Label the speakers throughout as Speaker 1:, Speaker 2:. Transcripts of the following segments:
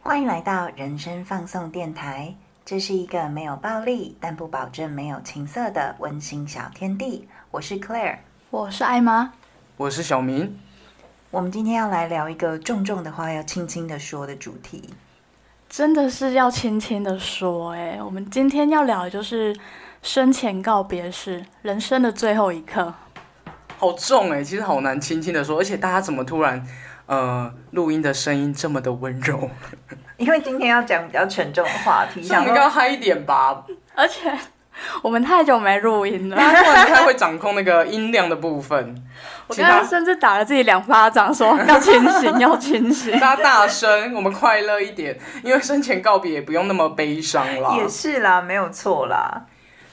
Speaker 1: 欢迎来到人生放送电台，这是一个没有暴力，但不保证没有情色的温馨小天地。我是 Claire，
Speaker 2: 我是艾妈，
Speaker 3: 我是小明。
Speaker 1: 我们今天要来聊一个重重的话要轻轻的说的主题。
Speaker 2: 真的是要轻轻的说、欸，哎，我们今天要聊的就是生前告别式，人生的最后一刻。
Speaker 3: 好重哎、欸，其实好难轻轻的说，而且大家怎么突然，呃，录音的声音这么的温柔？
Speaker 1: 因为今天要讲比较沉重的话题，
Speaker 3: 我
Speaker 1: 想
Speaker 3: 们
Speaker 1: 说
Speaker 3: 应该要嗨一点吧，
Speaker 2: 而且 我们太久没录音了，
Speaker 3: 大家不然不太会掌控那个音量的部分。
Speaker 2: 我
Speaker 3: 其
Speaker 2: 刚刚
Speaker 3: 他
Speaker 2: 甚至打了自己两巴掌，说要清醒，要清 醒。
Speaker 3: 大家大声，我们快乐一点，因为生前告别也不用那么悲伤啦。
Speaker 1: 也是啦，没有错啦。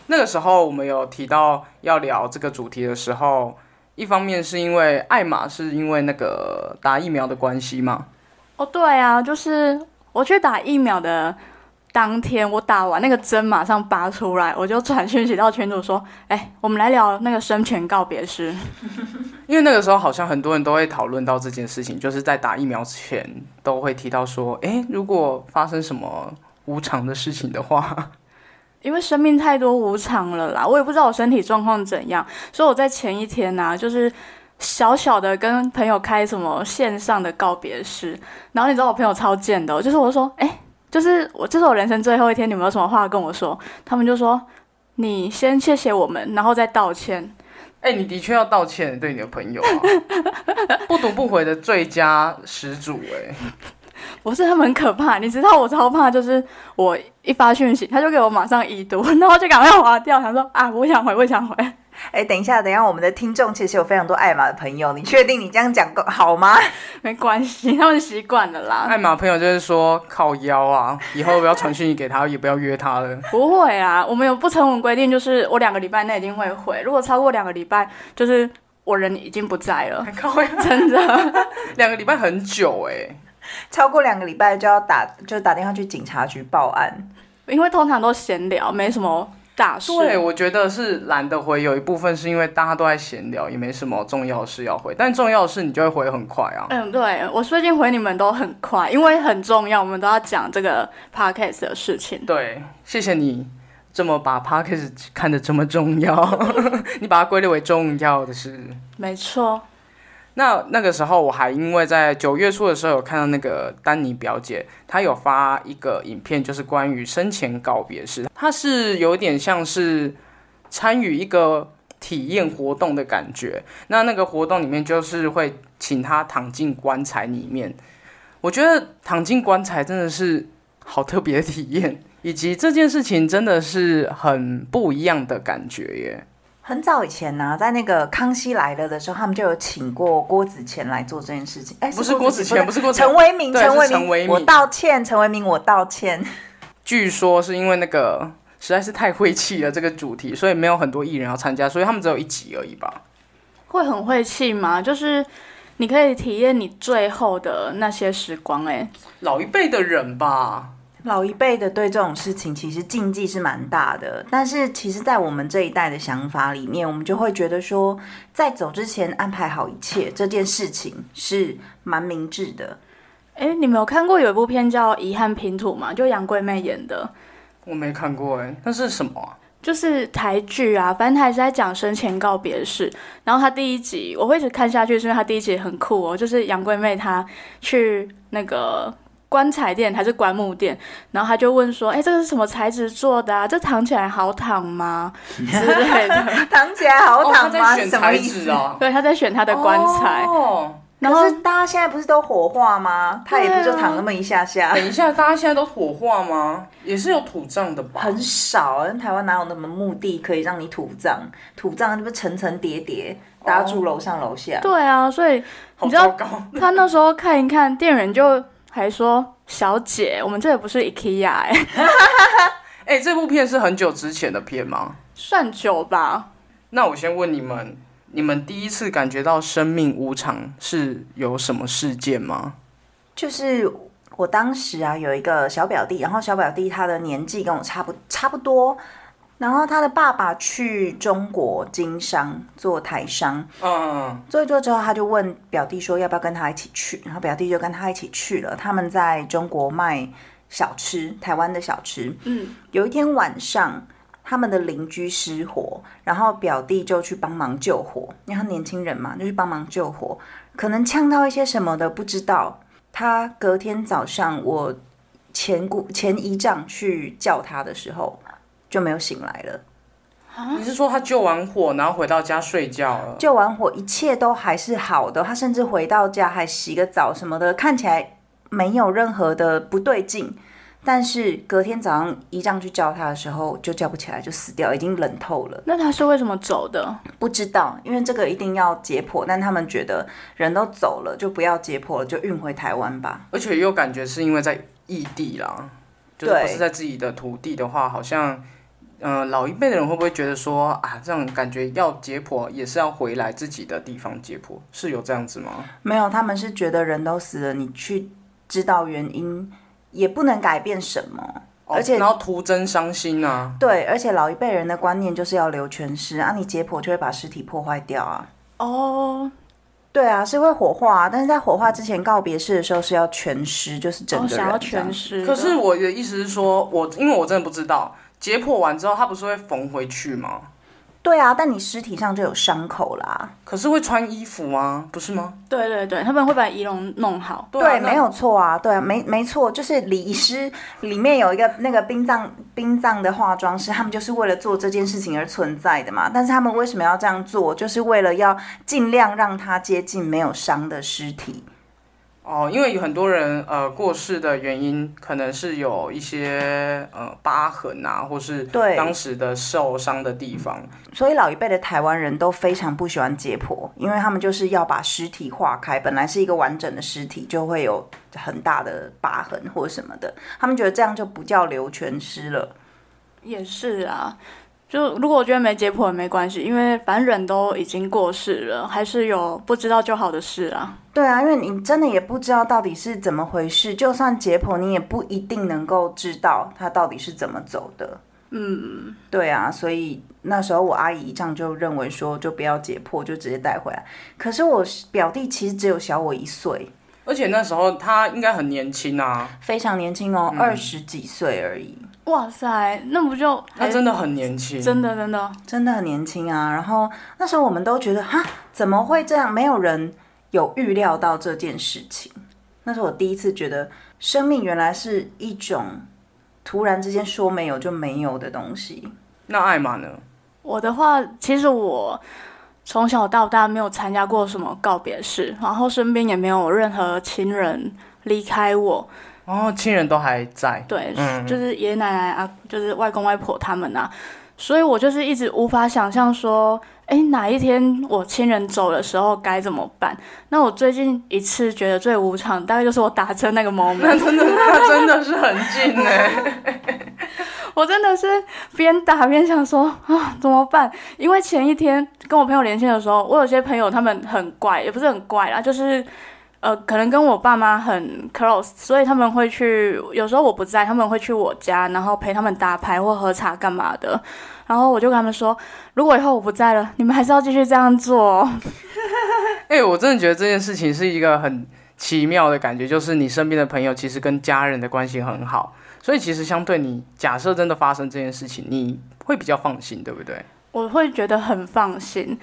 Speaker 3: 那个时候我们有提到要聊这个主题的时候，一方面是因为艾玛是因为那个打疫苗的关系嘛，
Speaker 2: 哦，对啊，就是我去打疫苗的当天，我打完那个针马上拔出来，我就传讯息到群主说，哎、我们来聊那个生前告别式。
Speaker 3: 因为那个时候好像很多人都会讨论到这件事情，就是在打疫苗前都会提到说，诶，如果发生什么无常的事情的 话，
Speaker 2: 因为生命太多无常了啦，我也不知道我身体状况怎样，所以我在前一天呢、就是小小的跟朋友开什么线上的告别式，然后你知道我朋友超贱的哦、就是我说，哎、就是我这是我人生最后一天，你们有什么话跟我说？他们就说你先谢谢我们，然后再道歉。
Speaker 3: 诶，哎你的确要道歉对你的朋友、啊， 不读不回的最佳始祖、诶，
Speaker 2: 不是他们很可怕，你知道我超怕，就是我一发讯息，他就给我马上已读，然后就赶快划掉，想说啊，我不想回，我不想回。
Speaker 1: 哎，等一下，等一下，我们的听众其实有非常多爱玛的朋友，你确定你这样讲够好吗？
Speaker 2: 没关系，他们习惯了啦。
Speaker 3: 艾玛朋友就是说靠腰啊，以后不要传讯息给他，也不要约他了。
Speaker 2: 不会啊，我们有不成文规定，就是我两个礼拜内一定会回，如果超过两个礼拜，就是我人已经不在了，
Speaker 3: 靠腰，
Speaker 2: 真的。
Speaker 3: 两个礼拜很久诶。
Speaker 1: 超过两个礼拜就要打，就打电话去警察局报案。
Speaker 2: 因为通常都闲聊，没什么大事。
Speaker 3: 对，我觉得是懒得回，有一部分是因为大家都在闲聊，也没什么重要的事要回。但重要的事你就会回很快啊。
Speaker 2: 嗯，对我最近回你们都很快，因为很重要，我们都要讲这个 podcast 的事情。
Speaker 3: 对，谢谢你这么把 p o d c a s t 看得这么重要， 你把它归类为重要的事。
Speaker 2: 没错，
Speaker 3: 那那个时候，我还因为在九月初的时候有看到那个丹尼表姐，她有发一个影片，就是关于生前告别式，她是有点像是参与一个体验活动的感觉。那那个活动里面就是会请她躺进棺材里面，我觉得躺进棺材真的是好特别的体验，以及这件事情真的是很不一样的感觉耶。
Speaker 1: 很早以前呢、在那个《康熙来了》的时候，他们就有请过郭子乾来做这件事情。哎，
Speaker 3: 不是郭子乾，不是郭子乾
Speaker 1: 陈为民，
Speaker 3: 对
Speaker 1: 陈为
Speaker 3: 是陈为
Speaker 1: 民，
Speaker 3: 民
Speaker 1: 我道歉，陈为民，我道歉。
Speaker 3: 据说是因为那个实在是太晦气了这个主题，所以没有很多艺人要参加，所以他们只有一集而已吧。
Speaker 2: 会很晦气吗？就是你可以体验你最后的那些时光、欸，
Speaker 3: 老一辈的人吧，
Speaker 1: 老一辈的对这种事情其实禁忌是蛮大的，但是其实，在我们这一代的想法里面，我们就会觉得说，在走之前安排好一切这件事情是蛮明智 的。
Speaker 2: 哎、你们有看过有一部片叫《遗憾拼图》吗？就杨贵妹演的。
Speaker 3: 我没看过哎、那是什么啊、
Speaker 2: 就是台剧啊，反正他也是在讲生前告别式。然后他第一集我会一直看下去，是因为他第一集很酷哦，就是杨贵妹她去那个棺材店还是棺木店，然后他就问说：“哎、这个是什么材质做的啊？这躺起来好躺吗？”之 类的。
Speaker 1: 躺起来好
Speaker 3: 哦，他
Speaker 1: 躺吗？
Speaker 3: 在选
Speaker 1: 什么
Speaker 3: 材
Speaker 1: 意
Speaker 3: 质
Speaker 1: 思？
Speaker 3: 啊。
Speaker 2: 对，他在选他的棺材，
Speaker 3: 哦，
Speaker 2: 然
Speaker 1: 可
Speaker 2: 后
Speaker 1: 是大家现在不是都火化吗？他也不就
Speaker 2: 对啊
Speaker 1: 躺那么一下下，
Speaker 3: 等一下，大家现在都火化吗？也是有土葬的吧？
Speaker 1: 很少啊。台湾哪有那么墓地可以让你土葬？土葬那不是层层叠叠，大家住楼上楼下。
Speaker 2: 对啊，所以
Speaker 3: 好
Speaker 2: 知道
Speaker 3: 糟糕。
Speaker 2: 他那时候看一看，店员就还说：“小姐，我们这也不是 IKEA 哎、
Speaker 3: 哎、这部片是很久之前的片吗？
Speaker 2: 算久吧。”
Speaker 3: 那我先问你们，你们第一次感觉到生命无常是有什么事件吗？
Speaker 1: 就是我当时啊有一个小表弟，然后小表弟他的年纪跟我差不差不多，然后他的爸爸去中国经商做台商，
Speaker 3: 嗯，
Speaker 1: 做一做之后，他就问表弟说要不要跟他一起去，然后表弟就跟他一起去了。他们在中国卖小吃，台湾的小吃。
Speaker 2: 嗯，
Speaker 1: 有一天晚上，他们的邻居失火，然后表弟就去帮忙救火，因为他年轻人嘛，就去帮忙救火。可能呛到一些什么的，不知道。他隔天早上，我前姑前姨丈去叫他的时候就没有醒来了。啊
Speaker 3: 你是说他救完火，然后回到家睡觉了？
Speaker 1: 救完火，一切都还是好的。他甚至回到家还洗个澡什么的，看起来没有任何的不对劲。但是隔天早上一丈去叫他的时候，就叫不起来，就死掉，已经冷透了。
Speaker 2: 那他是为什么走的？
Speaker 1: 不知道，因为这个一定要解剖，但他们觉得人都走了，就不要解剖了，就运回台湾吧。
Speaker 3: 而且又感觉是因为在异地啦，就是
Speaker 1: 对
Speaker 3: 不是在自己的土地的话，好像，嗯、老一辈的人会不会觉得说啊，这样感觉要解剖也是要回来自己的地方解剖，是有这样子吗？
Speaker 1: 没有，他们是觉得人都死了，你去知道原因也不能改变什么。
Speaker 3: 哦
Speaker 1: 而且
Speaker 3: 然后徒增伤心啊，
Speaker 1: 对，而且老一辈人的观念就是要留全尸啊，你解剖就会把尸体破坏掉啊。
Speaker 2: 哦，
Speaker 1: 对啊，是会火化、啊，但是在火化之前告别式的时候是要全尸，就是整
Speaker 2: 哦，
Speaker 1: 个人、
Speaker 2: 想要全。尸的。
Speaker 3: 可是我的意思是说，我因为我真的不知道，解剖完之后他不是会缝回去吗？
Speaker 1: 对啊，但你尸体上就有伤口啦。
Speaker 3: 可是会穿衣服啊，不是吗？
Speaker 2: 对对对，他们会把仪容弄好。
Speaker 3: 对啊那
Speaker 1: 没有错啊，对啊，没没错，就是礼仪师里面有一个那个殡葬殡葬的化妆师，他们就是为了做这件事情而存在的嘛。但是他们为什么要这样做？就是为了要尽量让它接近没有伤的尸体。
Speaker 3: 哦，因为有很多人呃过世的原因，可能是有一些呃疤痕啊，或是
Speaker 1: 对
Speaker 3: 当时的受伤的地方。
Speaker 1: 所以老一辈的台湾人都非常不喜欢解剖，因为他们就是要把尸体化开，本来是一个完整的尸体，就会有很大的疤痕或什么的，他们觉得这样就不叫留全尸了。
Speaker 2: 也是啊，就如果我觉得没解剖也没关系，因为反正人都已经过世了，还是有不知道就好的事啊。
Speaker 1: 对啊，因为你真的也不知道到底是怎么回事，就算解剖，你也不一定能够知道它到底是怎么走的。嗯，对啊，所以那时候我阿姨这样就认为说，就不要解剖，就直接带回来。可是我表弟其实只有小我一岁，
Speaker 3: 而且那时候他应该很年轻啊，
Speaker 1: 非常年轻哦，二十、几岁而已，
Speaker 2: 哇塞，那不就
Speaker 3: 他真的很年轻。
Speaker 2: 哎真的真的
Speaker 1: 真的很年轻啊。然后那时候我们都觉得，哈，怎么会这样？没有人有预料到这件事情。那是我第一次觉得，生命原来是一种突然之间说没有就没有的东西。
Speaker 3: 那艾玛呢？
Speaker 2: 我的话，其实我从小到大没有参加过什么告别式，然后身边也没有任何亲人离开我，
Speaker 3: 哦，亲人都还在。
Speaker 2: 对，
Speaker 3: 嗯
Speaker 2: 就是爷爷奶奶啊，就是外公外婆他们啊，所以我就是一直无法想象说，哎，哪一天我亲人走的时候该怎么办？那我最近一次觉得最无常，大概就是我打车那个 moment，
Speaker 3: 那真的，他真的是很近呢、
Speaker 2: 我真的是边打边想说啊怎么办？因为前一天跟我朋友连线的时候，我有些朋友他们很怪，也不是很怪啦，就是。呃，可能跟我爸妈很 close，所以他们会去，有时候我不在，他们会去我家，然后陪他们打牌或喝茶干嘛的。然后我就跟他们说，如果以后我不在了，你们还是要继续这样做哦。
Speaker 3: 哎、我真的觉得这件事情是一个很奇妙的感觉，就是你身边的朋友其实跟家人的关系很好，所以其实相对你假设真的发生这件事情，你会比较放心，对不对？
Speaker 2: 我会觉得很放心，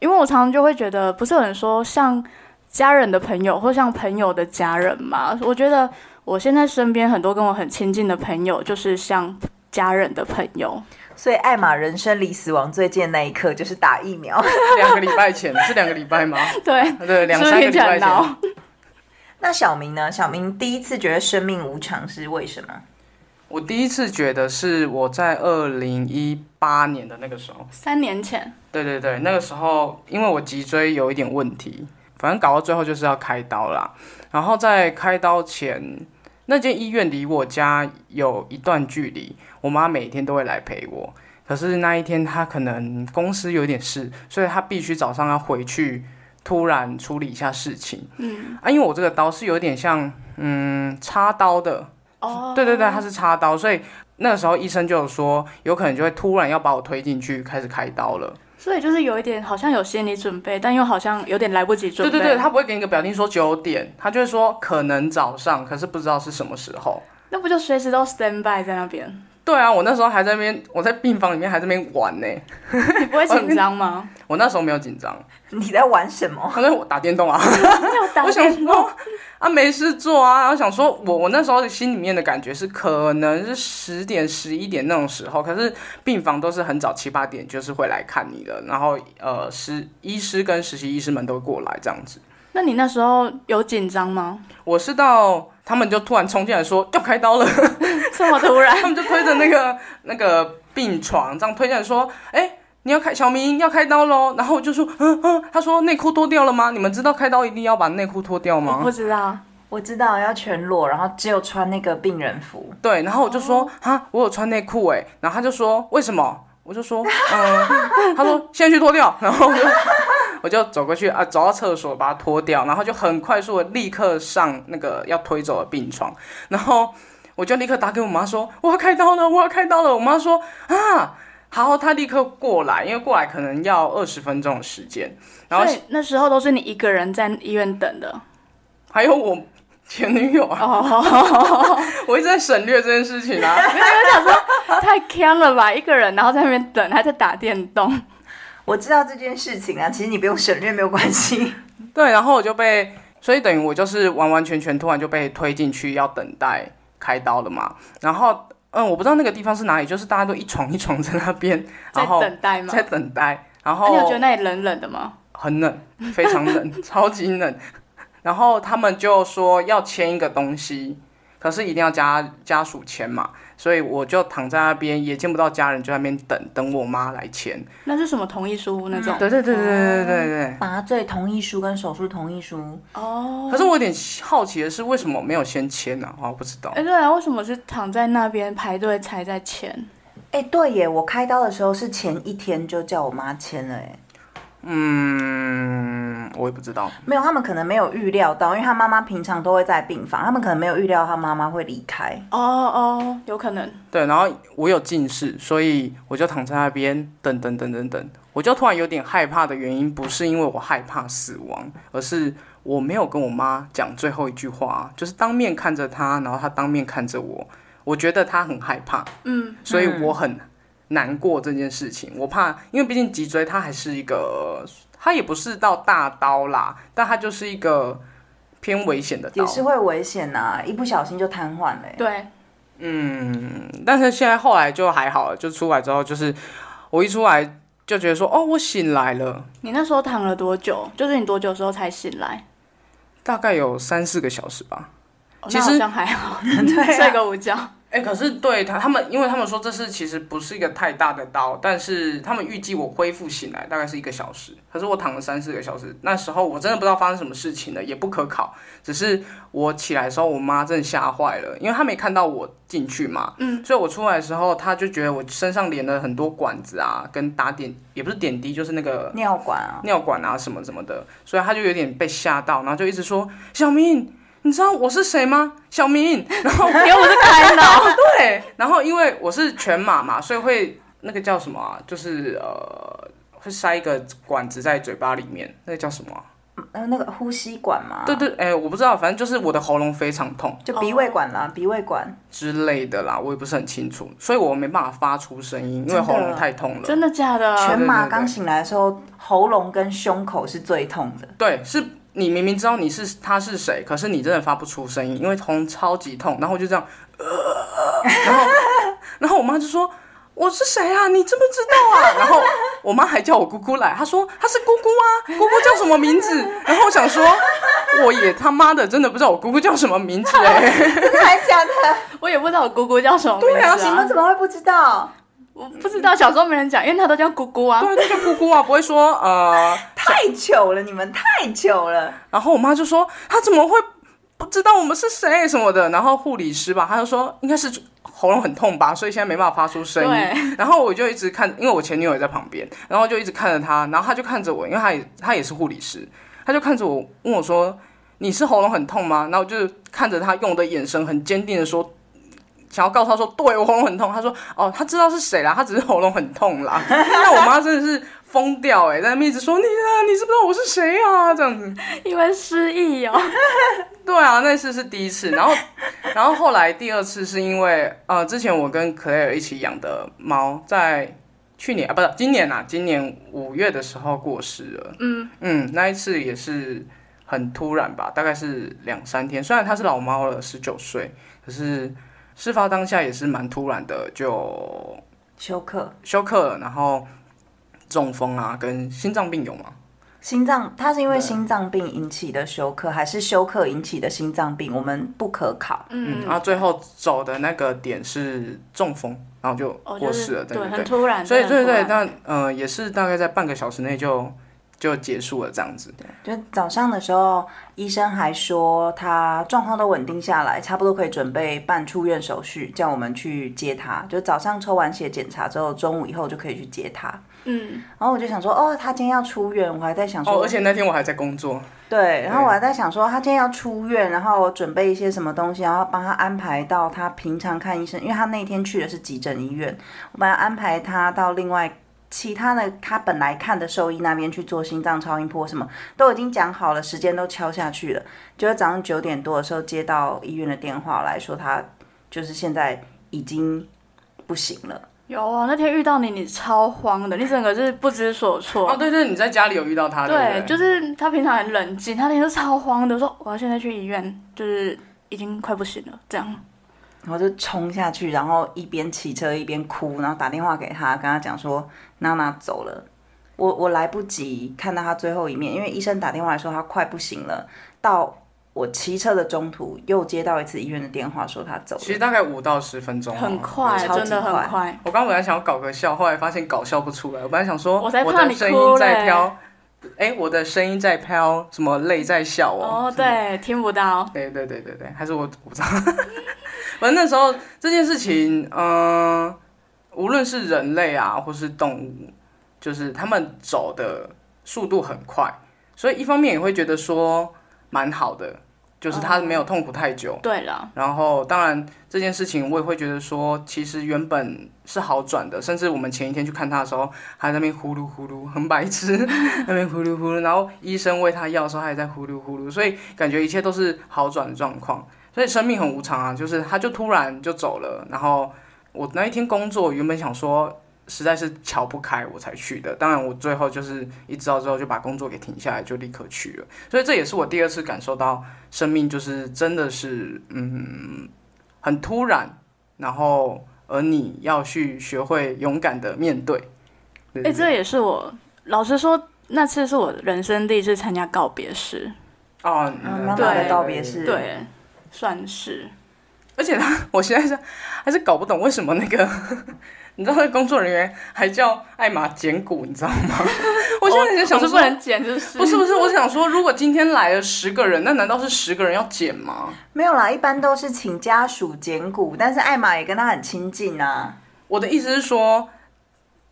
Speaker 2: 因为我常常就会觉得，不是有人说像家人的朋友或像朋友的家人嘛？我觉得我现在身边很多跟我很亲近的朋友，就是像家人的朋 友。
Speaker 1: 所以，艾玛人生离死亡最近的那一刻就是打疫苗。
Speaker 3: 两个礼拜前是两个礼拜吗？
Speaker 2: 对，
Speaker 3: 对，两
Speaker 2: 是不
Speaker 3: 三
Speaker 2: 是听
Speaker 3: 个礼
Speaker 2: 起来
Speaker 3: 拜
Speaker 2: 很
Speaker 3: 前。
Speaker 2: 老？
Speaker 1: 那小明呢？小明第一次觉得生命无常是为什么？
Speaker 3: 我第一次觉得是我在二零一八年的那个时候，
Speaker 2: 三年前，
Speaker 3: 对对对，那个时候因为我脊椎有一点问题，反正搞到最后就是要开刀啦。然后在开刀前，那间医院离我家有一段距离，我妈每天都会来陪我。可是那一天她可能公司有点事，所以她必须早上要回去，突然处理一下事情。
Speaker 2: 嗯，
Speaker 3: 啊，因为我这个刀是有点像嗯插刀的，
Speaker 2: 哦，
Speaker 3: 对对对，他是插刀，所以那时候医生就有说，有可能就会突然要把我推进去开始开刀了。
Speaker 2: 所以就是有一点好像有心理准备，但又好像有点来不及准
Speaker 3: 对
Speaker 2: 备。
Speaker 3: 对对，他不会给你个表定说九点，他就会说可能早上，可是不知道是什么时候。
Speaker 2: 那不就随时都 stand by 在那 边？
Speaker 3: 对啊，我那时候还在那边，我在病房里面还在那边玩呢、
Speaker 2: 你不会紧张吗？
Speaker 3: 我那时候没有紧张，
Speaker 1: 你在玩什么？
Speaker 3: 可能我打电动啊，
Speaker 2: 没有打
Speaker 3: 我想
Speaker 2: 电
Speaker 3: 说啊没事做啊，然后想说我我那时候心里面的感觉是可能是十点十一点那种时候，可是病房都是很早七八点就是会来看你的，然后呃实医师跟实习医师们都会过来这样子。
Speaker 2: 那你那时候有紧张吗？
Speaker 3: 我是到他们就突然冲进来说要开刀了，
Speaker 2: 这么突然？
Speaker 3: 他们就推着那个 那个病床这样推进来说，哎、你要开小明要开刀喽，然后我就说，嗯嗯，他说内裤脱掉了吗？你们知道开刀一定要把内裤脱掉吗
Speaker 2: 我？不知道，
Speaker 1: 我知道要全裸，然后只有穿那个病人服。
Speaker 3: 对，然后我就说
Speaker 2: 哦
Speaker 3: 啊，我有穿内裤哎，然后他就说为什么？我就说嗯、他说现在去脱掉，然后我就我就走过去啊，走到厕所把它脱掉，然后就很快速的立刻上那个要推走的病床，然后我就立刻打给我妈说我要开刀了，我要开刀了，我妈说啊。好，她立刻过来，因为过来可能要二十分钟的时间，然后
Speaker 2: 所以那时候都是你一个人在医院等的。
Speaker 3: 还有我前女友啊，
Speaker 2: 哦，
Speaker 3: 我一直在省略这件事情啊，
Speaker 2: 太坑了吧！一个人然后在那边等，还在打电动。
Speaker 1: 我知道这件事情啊，其实你不用省略没有关系。
Speaker 3: 对，然后我就被，所以等于我就是完完全全突然就被推进去要等待开刀了嘛。然后，嗯，我不知道那个地方是哪里，就是大家都一床一床在那边，
Speaker 2: 在
Speaker 3: 然后
Speaker 2: 等待吗？
Speaker 3: 在等待，
Speaker 2: 那
Speaker 3: 然后
Speaker 2: 你有觉得那里冷冷的吗？
Speaker 3: 很冷，非常冷， 超级冷。然后他们就说要签一个东西，可是一定要家家属签嘛，所以我就躺在那边也见不到家人，就在那边等等我妈来签。
Speaker 2: 那是什么同意书那种？
Speaker 3: 对对对对对对对对。
Speaker 1: 麻醉同意书跟手术同意书，
Speaker 2: 哦
Speaker 3: 可，是我有点好奇的是，为什么没有先签呢、啊？我不知道。
Speaker 2: 哎，对啊，为什么是躺在那边排队才在签？
Speaker 1: 哎，对耶，我开刀的时候是前一天就叫我妈签了，哎，
Speaker 3: 嗯，我也不知道。
Speaker 1: 没有，他们可能没有预料到，因为他妈妈平常都会在病房，他们可能没有预料他妈妈会离开。
Speaker 2: 哦哦，有可能。
Speaker 3: 对，然后我有近视，所以我就躺在那边等等等等等。我就突然有点害怕的原因，不是因为我害怕死亡，而是我没有跟我妈讲最后一句话，就是当面看着她，然后她当面看着我。我觉得她很害怕，
Speaker 2: 嗯，
Speaker 3: 所以我很难过这件事情。我怕，因为毕竟脊椎它还是一个，它也不是到大刀啦，但它就是一个偏危险的刀
Speaker 1: 也。是会危险呐、一不小心就瘫痪了耶。
Speaker 2: 对，
Speaker 3: 但是现在后来就还好了，就出来之后就是我一出来就觉得说，哦，我醒来了，
Speaker 2: 你那时候躺了多久？就是你多久的时候才醒来？
Speaker 3: 大概有三四个小时吧。
Speaker 2: 哦
Speaker 3: 其
Speaker 2: 那
Speaker 3: 实
Speaker 2: 好像还 好，
Speaker 1: 对啊
Speaker 2: 睡个午觉。
Speaker 3: 哎、可是对他他们，因为他们说这是其实不是一个太大的刀，但是他们预计我恢复醒来大概是一个小时，可是我躺了三四个小时，那时候我真的不知道发生什么事情了，也不可考。只是我起来的时候，我妈真的吓坏了，因为她没看到我进去嘛，嗯，所以我出来的时候，她就觉得我身上连了很多管子啊，跟打点也不是点滴，就是那个
Speaker 1: 尿管啊，
Speaker 3: 尿管啊什么什么的，所以他就有点被吓到，然后就一直说小明，你知道我是谁吗？小明， 然后
Speaker 2: 因为我是开脑，
Speaker 3: 对，然后因为我是全麻嘛，所以会那个叫什么啊？就是呃，会塞一个管子在嘴巴里面，那个叫什么啊、
Speaker 1: 呃，那个呼吸管嘛，
Speaker 3: 对对，哎、我不知道，反正就是我的喉咙非常痛
Speaker 1: 就鼻胃管
Speaker 3: 哦
Speaker 1: 啦，鼻胃管。
Speaker 3: 之类的啦，我也不是很清楚，所以我没办法发出声音，
Speaker 1: 真
Speaker 3: 因为
Speaker 1: 的啊
Speaker 3: 喉咙太痛了。
Speaker 2: 真的假的？
Speaker 1: 全
Speaker 3: 对
Speaker 1: 麻
Speaker 3: 对对
Speaker 1: 刚醒来的时候，喉咙跟胸口是最痛的。
Speaker 3: 对，是你明明知道你是他是谁，可是你真的发不出声音，因为喉咙超级痛。然后我就这样，呃，然后 然后我妈就说。我是谁啊？你知不知道啊？然后我妈还叫我姑姑来，她说她是姑姑啊，姑姑叫什么名字？然后我想说，我也他妈的真的不知道我姑姑叫什么名字哎、
Speaker 1: 真的还假的？
Speaker 2: 我也不知道我姑姑叫什么名
Speaker 3: 对啊
Speaker 2: 字
Speaker 1: 你们
Speaker 2: 啊，
Speaker 1: 怎么会不知道？
Speaker 2: 我不知道，小时候没人讲，因为她都叫姑姑啊。
Speaker 3: 对，就叫姑姑啊，不会说呃。
Speaker 1: 太糗了，你们太糗了。
Speaker 3: 然后我妈就说她怎么会不知道我们是谁什么的？然后护理师吧，她就说应该是喉咙很痛吧，所以现在没办法发出声音。
Speaker 2: 对
Speaker 3: 然后我就一直看，因为我前女友也在旁边，然后就一直看着她，然后她就看着我，因为她也她也是护理师，她就看着我问我说：“你是喉咙很痛吗？”然后我就看着她用的眼神很坚定的说：“想要告诉他说，对我喉咙很痛。他说，哦，他知道是谁啦，他只是喉咙很痛啦。 那我妈真的是疯掉哎、在那边一直说你啊，你知不知道我是谁啊？这样子。
Speaker 2: 因为失忆哦。
Speaker 3: 对啊，那次是第一次，然后， 然后后来第二次是因为呃，之前我跟 Claire 一起养的猫在去年啊，不是今年啊，今年五月的时候过世了。嗯嗯，那一次也是很突然吧，大概是两三天。虽然它是老猫了，十九岁，可是事发当下也是蛮突然的，就
Speaker 1: 休克，
Speaker 3: 休克了，然后中风啊，跟心脏病有吗？
Speaker 1: 心脏，它是因为心脏病引起的休克，还是休克引起的心脏病？我们不可考。
Speaker 3: 嗯，然后最后走的那个点是中风，然后就
Speaker 2: 哦，
Speaker 3: 过
Speaker 2: 就
Speaker 3: 世了，
Speaker 2: 是
Speaker 3: 对对
Speaker 2: 很
Speaker 3: 对。
Speaker 2: 突然，
Speaker 3: 所以对
Speaker 2: 真的
Speaker 3: 对，
Speaker 2: 很突然
Speaker 3: 但呃也是大概在半个小时内就就结束了这样子。
Speaker 1: 就早上的时候，医生还说他状况都稳定下来，差不多可以准备办出院手续，叫我们去接他。就早上抽完血检查之后，中午以后就可以去接他。
Speaker 2: 嗯，
Speaker 1: 然后我就想说，哦，他今天要出院，我还在想说，
Speaker 3: 哦，而且那天我还在工作，
Speaker 1: 对，然后我还在想说，他今天要出院，然后准备一些什么东西，然后帮他安排到他平常看医生，因为他那天去的是急诊医院，我本来安排他到另外其他的他本来看的兽医那边去做心脏超音波，什么都已经讲好了，时间都敲下去了。结果早上九点多的时候接到医院的电话来说，他就是现在已经不行了。
Speaker 2: 有啊，那天遇到你，你超慌的，你整个是不知所措。
Speaker 3: 哦对对，你在家里有遇到他，
Speaker 2: 对，
Speaker 3: 不
Speaker 2: 就是是他平常很冷静，他那天就超慌的，说我要现在去医院，就是已经快不行了，这样。
Speaker 1: 然后就冲下去，然后一边骑车一边哭，然后打电话给他，跟他讲说娜娜走了，我我来不及看到他最后一面，因为医生打电话来说他快不行了。到我骑车的中途，又接到一次医院的电话说他走
Speaker 3: 其实
Speaker 1: 了。
Speaker 3: 大概五到十分钟哦，
Speaker 2: 很快，
Speaker 1: 超级
Speaker 2: 真的
Speaker 1: 快
Speaker 2: 很快。
Speaker 3: 我刚本来想要搞个笑，后来发现搞笑不出来。我本来想说，
Speaker 2: 我才怕
Speaker 3: 的
Speaker 2: 你
Speaker 3: 声
Speaker 2: 哭
Speaker 3: 音在
Speaker 2: 嘞
Speaker 3: 飘，哎，我的声音在飘，什么泪在笑哦。
Speaker 2: 哦，对，听不到。
Speaker 3: 对对对对对，还是我我不知道。 反正那时候这件事情，嗯、无论是人类啊，或是动物，就是他们走的速度很快，所以一方面也会觉得说蛮好的，就是他没有痛苦太久。
Speaker 2: 对了，
Speaker 3: 然后，当然这件事情我也会觉得说，其实原本是好转的，甚至我们前一天去看他的时候，还在那边呼噜呼噜，很白痴， 那边呼噜呼噜，然后医生喂他药的时候，他也在呼噜呼噜，所以感觉一切都是好转的状况。所以生命很无常啊，就是他就突然就走了。然后我那一天工作，原本想说实在是瞧不开我才去的，当然我最后就是一知道之后就把工作给停下来，就立刻去了。所以这也是我第二次感受到。生命就是真的是嗯很突然，然后而你要去学会勇敢的面对。对
Speaker 2: 哎，
Speaker 3: 对对
Speaker 2: 这也是我老实说，那次是我人生第一次参加告别式，
Speaker 3: 哦，
Speaker 1: 嗯
Speaker 3: 嗯
Speaker 1: 妈
Speaker 2: 妈的
Speaker 1: 告别式
Speaker 3: 对，
Speaker 2: 对，算是。
Speaker 3: 而且他， 我现在是还是搞不懂为什么那个， 你知道那个工作人员还叫艾玛剪骨，你知道吗？ 我现在在想
Speaker 2: 哦我
Speaker 3: 说
Speaker 2: 是，不能剪，就是
Speaker 3: 不是不是，我想说，如果今天来了十个人，那难道是十个人要剪吗？
Speaker 1: 没有啦，一般都是请家属捡骨，但是艾玛也跟他很亲近啊。
Speaker 3: 我的意思是说，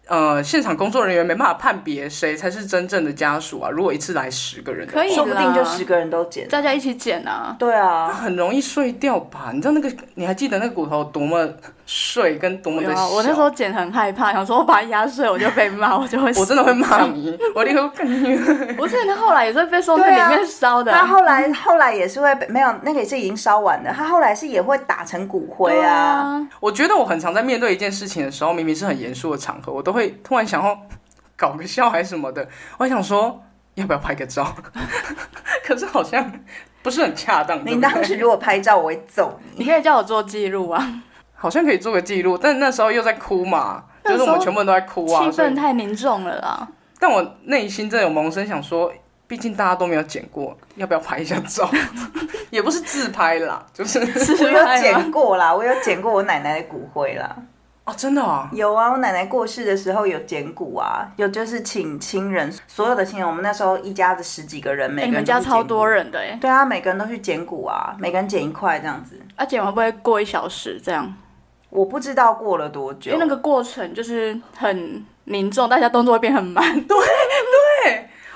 Speaker 3: 呃，现场工作人员没办法判别谁才是真正的家属啊。如果一次来十个人的话，
Speaker 2: 可以啦
Speaker 1: 说不定就十个人都捡。
Speaker 2: 大家一起剪啊。
Speaker 1: 对啊，
Speaker 3: 很容易碎掉吧？你知道那个，你还记得那个骨头多么碎跟多么
Speaker 2: 有
Speaker 3: 的
Speaker 2: 啊，
Speaker 3: 小？
Speaker 2: 我那时候剪很害怕，想说我把它压碎，我就被骂，我就会死。
Speaker 3: 我真的会骂你，我立刻跟你。
Speaker 2: 我之前后来也是被送在
Speaker 1: 对啊
Speaker 2: 里面烧的。
Speaker 1: 他后来后来也是会被没有那个也是已经烧完的，他后来是也会打成骨灰
Speaker 2: 对
Speaker 1: 啊。
Speaker 2: 啊，
Speaker 3: 我觉得我很常在面对一件事情的时候，明明是很严肃的场合，我都会突然想要搞个笑还是什么的。我还想说要不要拍个照， 可是好像不是很恰当。
Speaker 1: 你
Speaker 3: 对不对
Speaker 1: 当时如果拍照，我会揍你。
Speaker 2: 你可以叫我做记录啊，
Speaker 3: 好像可以做个记录，但那时候又在哭嘛，
Speaker 2: 那
Speaker 3: 就
Speaker 2: 时
Speaker 3: 是
Speaker 2: 候
Speaker 3: 我们全部人都在哭
Speaker 2: 气
Speaker 3: 啊。所以
Speaker 2: 氛太凝重了啦。
Speaker 3: 但我内心真的有萌生想说，毕竟大家都没有剪过，要不要拍一下照？ 也不是自拍啦，就是
Speaker 1: 我
Speaker 2: 是啊
Speaker 1: 有捡过啦，我有捡过我奶奶的骨灰啦。
Speaker 3: 哦，真的啊，
Speaker 1: 有啊，我奶奶过世的时候有捡骨啊，有就是请亲人，所有的亲人，我们那时候一家子十几个人，每
Speaker 2: 哎
Speaker 1: 个
Speaker 2: 你
Speaker 1: 人、
Speaker 2: 们家超多。人的哎，
Speaker 1: 对啊，每个人都去捡骨啊，每个人捡一块这样子。
Speaker 2: 啊剪会不会过一小时这样？
Speaker 1: 我不知道过了多久，
Speaker 2: 因为那个过程就是很凝重，大家动作会变很慢。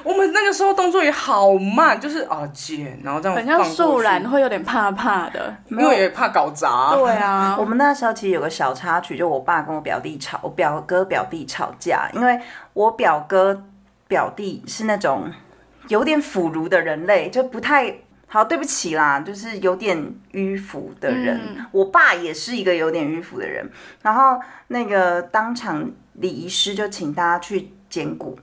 Speaker 3: 我们那个时候动作也好慢，就是啊姐，然后这样
Speaker 2: 很像
Speaker 3: 放过去
Speaker 2: 树懒，会有点怕怕的。
Speaker 3: 因为也怕搞砸。
Speaker 2: 对 啊
Speaker 1: 我，们那时候其实有个小插曲，就我爸跟我表弟吵，我表哥表弟吵架，因为我表哥表弟是那种有点腐儒的人类，就不太好，对不起啦，就是有点迂腐的人。
Speaker 2: 嗯
Speaker 1: 我爸也是一个有点迂腐的人，然后那个当场礼仪师就请大家去剪骨。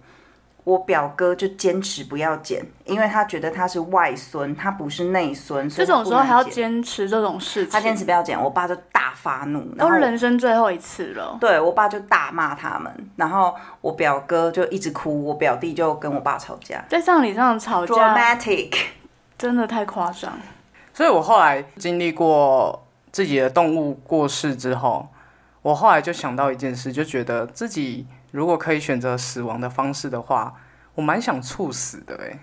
Speaker 1: 我表哥就坚持不要剪，因为他觉得他是外孙，他不是内孙，所
Speaker 2: 这
Speaker 1: 以他
Speaker 2: 种时候
Speaker 1: 不能
Speaker 2: 还要
Speaker 1: 剪
Speaker 2: 坚持这种事情，
Speaker 1: 他坚持不要剪，我爸就大发怒，然
Speaker 2: 都
Speaker 1: 后我
Speaker 2: 人生最后一次了。
Speaker 1: 对我爸就大骂他们，然后我表哥就一直哭，我表弟就跟我爸吵架
Speaker 2: 在葬礼上吵架，
Speaker 1: ，dramatic，
Speaker 2: 真的太夸张。
Speaker 3: 所以我后来经历过自己的动物过世之后，我后来就想到一件事，就觉得自己如果可以选择死亡的方式的话，我蛮想猝死的哎、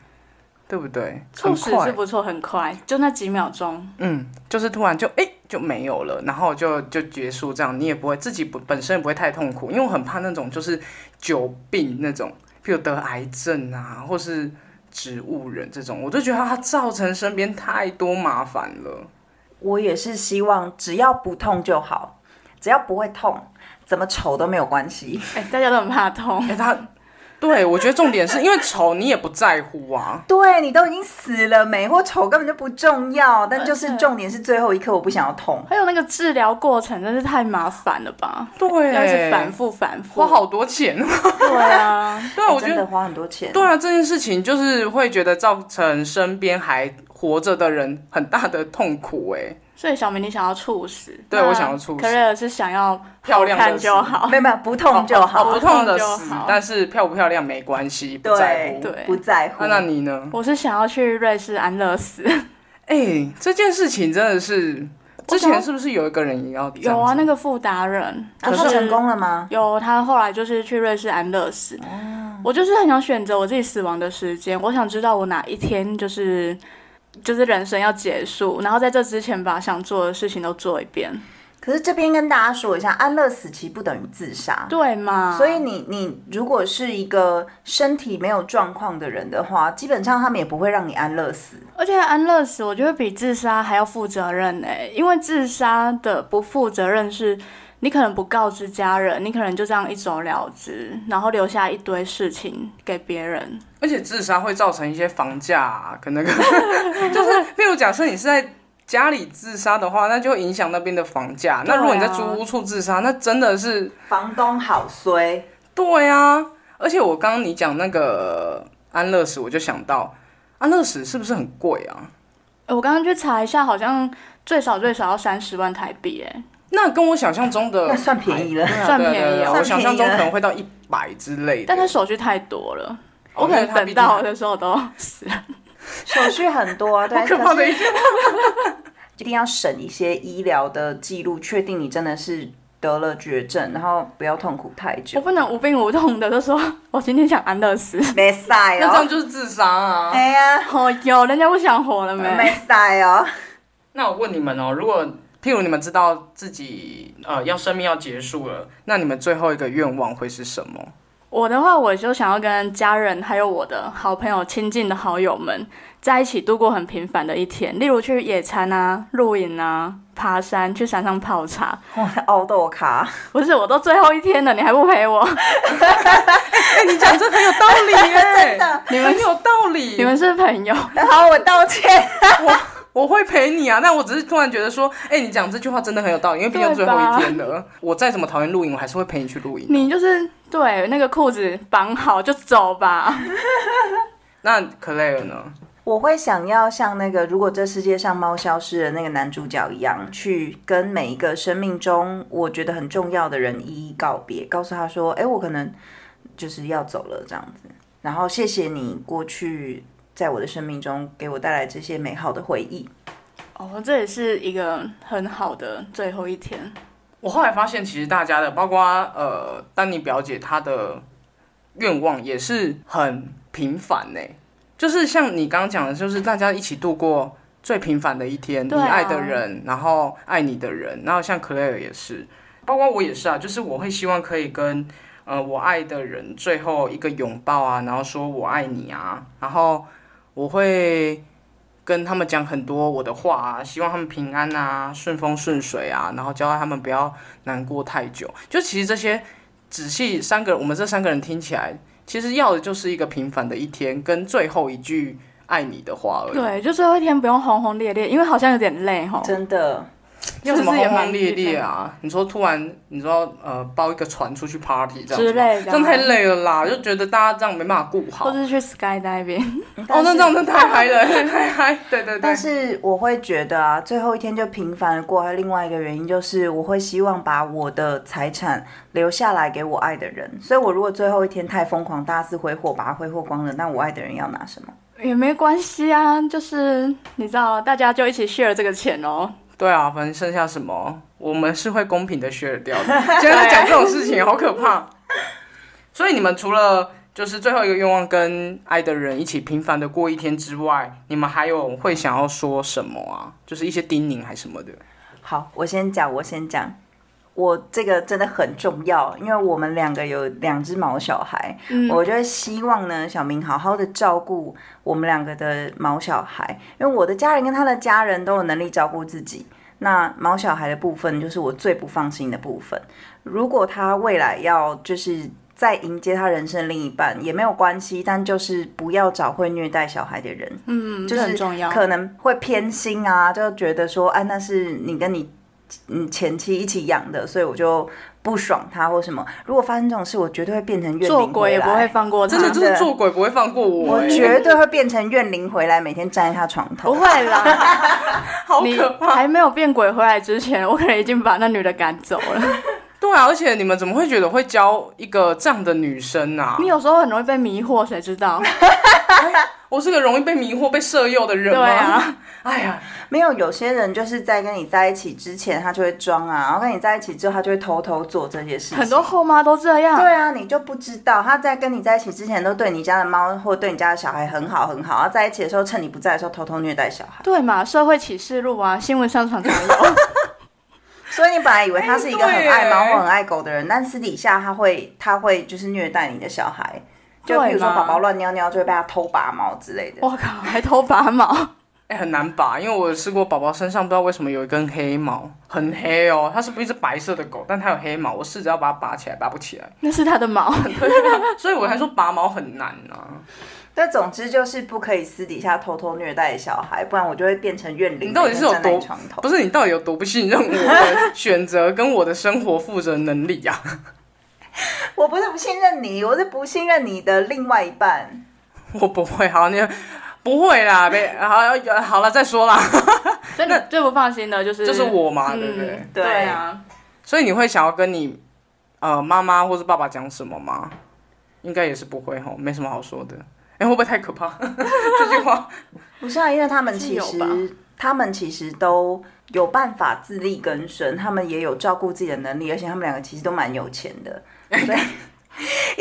Speaker 3: 对不对？
Speaker 2: 猝死
Speaker 3: 很快
Speaker 2: 是不错，很快，就那几秒钟。
Speaker 3: 嗯，就是突然就哎、就没有了，然后就就结束这样，你也不会自己不本身也不会太痛苦，因为我很怕那种就是久病那种，譬如得癌症啊，或是植物人这种，我就觉得它造成身边太多麻烦了。
Speaker 1: 我也是希望只要不痛就好，只要不会痛，怎么丑都没有关系。
Speaker 2: 哎、大家都很怕痛。
Speaker 3: 哎、他对我觉得重点是因为丑你也不在乎啊，
Speaker 1: 对你都已经死了，美或丑根本就不重要，但就
Speaker 2: 而
Speaker 1: 是
Speaker 2: 且
Speaker 1: 重点是最后一刻我不想要痛。
Speaker 2: 还有那个治疗过程真是太麻烦了吧？
Speaker 3: 对，
Speaker 2: 要一直反复哎反复。
Speaker 3: 花好多钱，
Speaker 2: 对啊，
Speaker 3: 对啊，我觉
Speaker 1: 哎真
Speaker 3: 得
Speaker 1: 的花很多钱。
Speaker 3: 对啊，这件事情就是会觉得造成身边还活着的人很大的痛苦哎、
Speaker 2: 所以小明你想要猝死，
Speaker 3: 对
Speaker 2: 那
Speaker 3: 我想要猝死
Speaker 2: c a r r 是想要
Speaker 3: 漂亮的
Speaker 2: 看就
Speaker 3: 死
Speaker 2: 好。
Speaker 1: 没有没有，不痛就好，
Speaker 3: 哦不
Speaker 2: 不
Speaker 3: 痛
Speaker 2: 痛
Speaker 3: 的
Speaker 2: 就
Speaker 3: 死
Speaker 2: 好，
Speaker 3: 但是漂不漂亮没关系，不在乎。啊
Speaker 1: 对
Speaker 2: 对
Speaker 1: 不在乎
Speaker 3: 那。那你呢？
Speaker 2: 我是想要去瑞士安乐死。
Speaker 3: 哎、这件事情真的是，之
Speaker 2: 我想
Speaker 3: 前是不是有一个人也要这样
Speaker 2: 有啊，
Speaker 3: 子
Speaker 2: 那个富达人，
Speaker 1: 啊
Speaker 2: 可
Speaker 1: 他
Speaker 2: 是
Speaker 1: 成功了吗？
Speaker 2: 有，他后来就是去瑞士安乐死。
Speaker 1: 哦
Speaker 2: 我就是很想选择我自己死亡的时间，我想知道我哪一天就是就是人生要结束，然后在这之前把想做的事情都做一遍，
Speaker 1: 可是这边跟大家说一下，安乐死其实不等于自杀，
Speaker 2: 对
Speaker 3: 啊
Speaker 2: 吗？
Speaker 1: 所以你你如果是一个身体没有状况的人的话，基本上他们也不会让你安乐死。
Speaker 2: 而且安乐死，我觉得比自杀还要负责任哎、因为自杀的不负责任是，你可能不告知家人，你可能就这样一走了之，然后留下一堆事情给别人。
Speaker 3: 而且自杀会造成一些房价、啊，可 能就是，譬如假设你是在家里自杀的话，那就会影响那边的房价。那如果你在
Speaker 2: 对啊
Speaker 3: 租屋处自杀，那真的是
Speaker 1: 房东好衰，
Speaker 3: 对啊。而且我刚刚你讲那个安乐死，我就想到安乐死是不是很贵啊？
Speaker 2: 呃我刚刚去查一下，好像最少最少要三十万台币哎、
Speaker 3: 那跟我想象中的
Speaker 1: 那算便宜了。
Speaker 3: 对啊
Speaker 2: 算
Speaker 3: 对啊
Speaker 2: 便宜
Speaker 3: 对啊
Speaker 2: 哦
Speaker 3: 我
Speaker 1: 算
Speaker 3: 想象中
Speaker 1: 便宜
Speaker 3: 可
Speaker 1: 了
Speaker 3: 能会到一百之类的。
Speaker 2: 但他手续太多了，
Speaker 3: 哦
Speaker 2: 我可能等到。
Speaker 3: 因为它毕竟
Speaker 2: 的时候都死了。
Speaker 1: 手续很多 啊，对，
Speaker 3: 可怕的一
Speaker 1: 可是一定要审一些医疗的记录，确定你真的是得了绝症，然后不要痛苦太
Speaker 2: 我
Speaker 1: 久。
Speaker 2: 不能无病无痛的就说，我今天想安乐 死。
Speaker 1: 没晒
Speaker 3: 那这
Speaker 1: 哦，
Speaker 3: 样就是自杀啊！
Speaker 1: 哎呀，
Speaker 2: 哦哟，人家不想活了没？
Speaker 1: 没晒哦。
Speaker 3: 那我问你们哦，如果譬如你们知道自己呃要生命要结束了，那你们最后一个愿望会是什么？
Speaker 2: 我的话，我就想要跟家人还有我的好朋友、亲近的好友们在一起度过很平凡的一天，例如去野餐啊、露营啊、爬山、去山上泡茶。
Speaker 1: 我的凹豆卡，
Speaker 2: 不是，我都最后一天了，你还不陪 我？
Speaker 3: 哎、你讲这很有道理 耶、
Speaker 1: 真的，
Speaker 3: 你哎们很有道理。
Speaker 2: 你们是朋友，
Speaker 1: 好，我道歉。
Speaker 3: 我会陪你啊，但我只是突然觉得说，哎、你讲这句话真的很有道理，因为毕竟
Speaker 2: 对
Speaker 3: 最后
Speaker 2: 吧
Speaker 3: 一天了，我再怎么讨厌露营，我还是会陪你去露营。
Speaker 2: 你就是对那个裤子绑好就走吧。
Speaker 3: 那 Claire 呢？
Speaker 1: 我会想要像那个，如果这世界上猫消失的那个男主角一
Speaker 3: 嗯
Speaker 1: 样，去跟每一个生命中我觉得很重要的人一一告别，告诉他说：“哎，我可能就是要走了这样子。”然后谢谢你过去在我的生命中给我带来这些美好的回忆。
Speaker 2: 哦，这也是一个很好的最后一天。
Speaker 3: 我后来发现，其实大家的，包括呃丹尼表姐她的愿望也是很平凡呢、就是像你刚刚讲的，就是大家一起度过最平凡的一天，
Speaker 2: 对啊
Speaker 3: 你爱的人，然后爱你的人，然后像 Claire 也是，包括我也是啊，就是我会希望可以跟呃我爱的人最后一个拥抱啊，然后说我爱你啊，然后我会跟他们讲很多我的话啊，希望他们平安啊，顺风顺水啊，然后教他们不要难过太久。就其实这些仔细三个我们这三个人听起来，其实要的就是一个平凡的一天跟最后一句爱你的话而已。
Speaker 2: 对，就最后一天不用轰轰烈烈，因为好像有点累
Speaker 3: 哦
Speaker 2: 哈。
Speaker 1: 真的，
Speaker 3: 要什
Speaker 2: 是
Speaker 3: 么
Speaker 2: 不是也
Speaker 3: 轰
Speaker 2: 蛮
Speaker 3: 轰烈烈啊？你说突然，你说呃，包一个船出去 party 这样
Speaker 2: 之
Speaker 3: 子吗
Speaker 2: 类的啊
Speaker 3: 这样太累了啦，就觉得大家这样没办法顾好。
Speaker 2: 或
Speaker 3: 哦，
Speaker 2: 者是去 skydiving，
Speaker 1: 但
Speaker 3: 那
Speaker 1: 是
Speaker 3: 这样真的太嗨了， 太嗨！对对对
Speaker 1: 但，是我会觉得啊，最后一天就平凡的过。还有另外一个原因就是，我会希望把我的财产留下来给我爱的人。所以，我如果最后一天太疯狂，大肆挥霍，把它挥霍光了，那我爱的人要拿什么？
Speaker 2: 也没关系啊，就是你知道，大家就一起 share 这个钱哦。
Speaker 3: 对啊，反正剩下什么，我们是会公平的 share 掉的。现在讲这种事情好可怕。所以你们除了就是最后一个愿望跟爱的人一起平凡的过一天之外，你们还有会想要说什么啊？就是一些叮咛还什么的。
Speaker 1: 好，我先讲，我先讲。我这个真的很重要，因为我们两个有两只毛小孩，我就希望呢，小明好好的照顾我们两个的毛小孩，因为我的家人跟他的家人都有能力照顾自己。那毛小孩的部分就是我最不放心的部分。如果他未来要就是再迎接他人生另一半也没有关系，但就是不要找会虐待小孩的人。
Speaker 2: 嗯，
Speaker 1: 就
Speaker 2: 这
Speaker 1: 是
Speaker 2: 很重要。
Speaker 1: 可能会偏心啊，就觉得说，哎、那是你跟你嗯前妻一起养的，所以我就不爽他或什么。如果发生这种事，我绝对会变成怨
Speaker 2: 做
Speaker 1: 灵
Speaker 2: 鬼
Speaker 1: 回
Speaker 2: 也不会
Speaker 1: 来，
Speaker 2: 放过他，
Speaker 3: 真的就
Speaker 1: 真
Speaker 3: 是
Speaker 1: 的
Speaker 3: 做鬼不会放过我、欸，
Speaker 1: 我绝对会变成怨灵回来，每天站在他床
Speaker 2: 不
Speaker 1: 头。
Speaker 2: 会啦。
Speaker 3: 好
Speaker 2: 你
Speaker 3: 可怕。
Speaker 2: 还没有变鬼回来之前，我可能已经把那女的赶走了。
Speaker 3: 对啊，而且你们怎么会觉得会教一个这样的女生啊
Speaker 2: 你？有时候很容易被迷惑，谁知道？
Speaker 3: 我是个容易被迷惑、被色诱的人
Speaker 2: 对
Speaker 3: 吗？
Speaker 2: 啊，
Speaker 3: 哎呀，
Speaker 1: 没有，有些人就是在跟你在一起之前，他就会装啊，然后跟你在一起之后，他就会偷偷做这些事情。
Speaker 2: 很多后妈都这样。
Speaker 1: 对啊，你就不知道他在跟你在一起之前，都对你家的猫或对你家的小孩很好很好，然后在一起的时候，趁你不在的时候偷偷虐待小孩。
Speaker 2: 对嘛，社会启示录啊，新闻上常常有。
Speaker 1: 所以你本来以为他是一个很爱猫
Speaker 3: 哎对耶
Speaker 1: 或很爱狗的人，但私底下他会他会就是虐待你的小孩，就
Speaker 2: 对
Speaker 1: 比如说
Speaker 2: 吗
Speaker 1: 宝宝乱尿尿就会被他偷拔毛之类的。
Speaker 2: 我
Speaker 3: 哦
Speaker 2: 靠，还偷拔毛，
Speaker 3: 哎、很难拔，因为我试过宝宝身上不知道为什么有一根黑毛，很黑哦。它是不是一只白色的狗？但它有黑毛，我试着要把它拔起来，拔不起来，
Speaker 2: 那是他的 毛。
Speaker 3: 所以我还说拔毛很难啊。
Speaker 1: 但总之就是不可以私底下偷偷虐待小孩，不然我就会变成怨灵。
Speaker 3: 你到底是有
Speaker 1: 每天站在
Speaker 3: 多
Speaker 1: 你床头？
Speaker 3: 不是你到底有多不信任我的选择跟我的生活负责能力啊？
Speaker 1: 我不是不信任你，我是不信任你的另外一半。
Speaker 3: 我不会，好你不会啦，别好好了再说啦，
Speaker 2: 所以你最不放心的就是
Speaker 3: 就是我嘛，
Speaker 2: 嗯
Speaker 3: 对不对？
Speaker 1: 对
Speaker 2: 对啊，
Speaker 3: 所以你会想要跟你呃妈妈或是爸爸讲什么吗？应该也是不会吼，没什么好说的。哎、会不会太可怕？ 这句话
Speaker 1: 不是啊，因为他们
Speaker 2: 是
Speaker 1: 其
Speaker 2: 有
Speaker 1: 实
Speaker 2: 吧
Speaker 1: 他们其实都有办法自力更生，他们也有照顾自己的能力，而且他们两个其实都蛮有钱 的，所以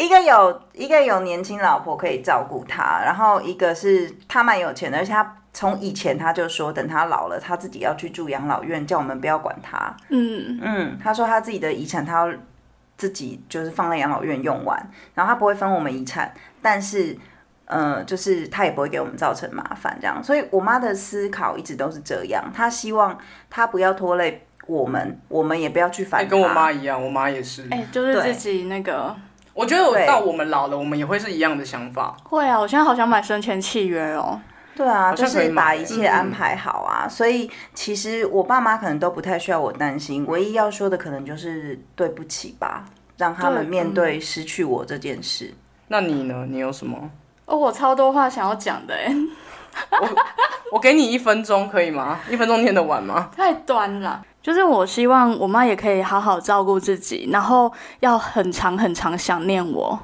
Speaker 1: 一个有一个有年轻老婆可以照顾他，然后一个是他蛮有钱的，而且他从以前他就说，等他老了，他自己要去住养老院，叫我们不要管他。
Speaker 2: 嗯，
Speaker 1: 嗯，他说他自己的遗产他要自己就是放在养老院用完，然后他不会分我们遗产，但是呃，就是他也不会给我们造成麻烦这样。所以我妈的思考一直都是这样，她希望她不要拖累我们，我们也不要去
Speaker 3: 哎、
Speaker 1: 烦她。
Speaker 3: 跟我妈一样，我妈也是。
Speaker 2: 哎、就是
Speaker 1: 对
Speaker 2: 自己那个
Speaker 3: 我觉得我
Speaker 1: 对
Speaker 3: 到我们老了，我们也会是一样的想法。
Speaker 2: 会啊，我现在好想买生前契约哦。
Speaker 1: 对啊，
Speaker 3: 好
Speaker 1: 就
Speaker 3: 像可以
Speaker 1: 是把
Speaker 3: 买
Speaker 1: 一
Speaker 3: 欸
Speaker 1: 切安排好啊。所以其实我爸妈可能都不太需要我担心，唯一要说的可能就是对不起吧，让他们
Speaker 2: 对
Speaker 1: 面
Speaker 2: 嗯
Speaker 1: 对失去我这件事。
Speaker 3: 那你呢？你有什么？
Speaker 2: 哦，我超多话想要讲的哎，
Speaker 3: 我给你一分钟可以吗？一分钟念得完吗？
Speaker 2: 太短了。就是我希望我妈也可以好好照顾自己，然后要很长很长想念我。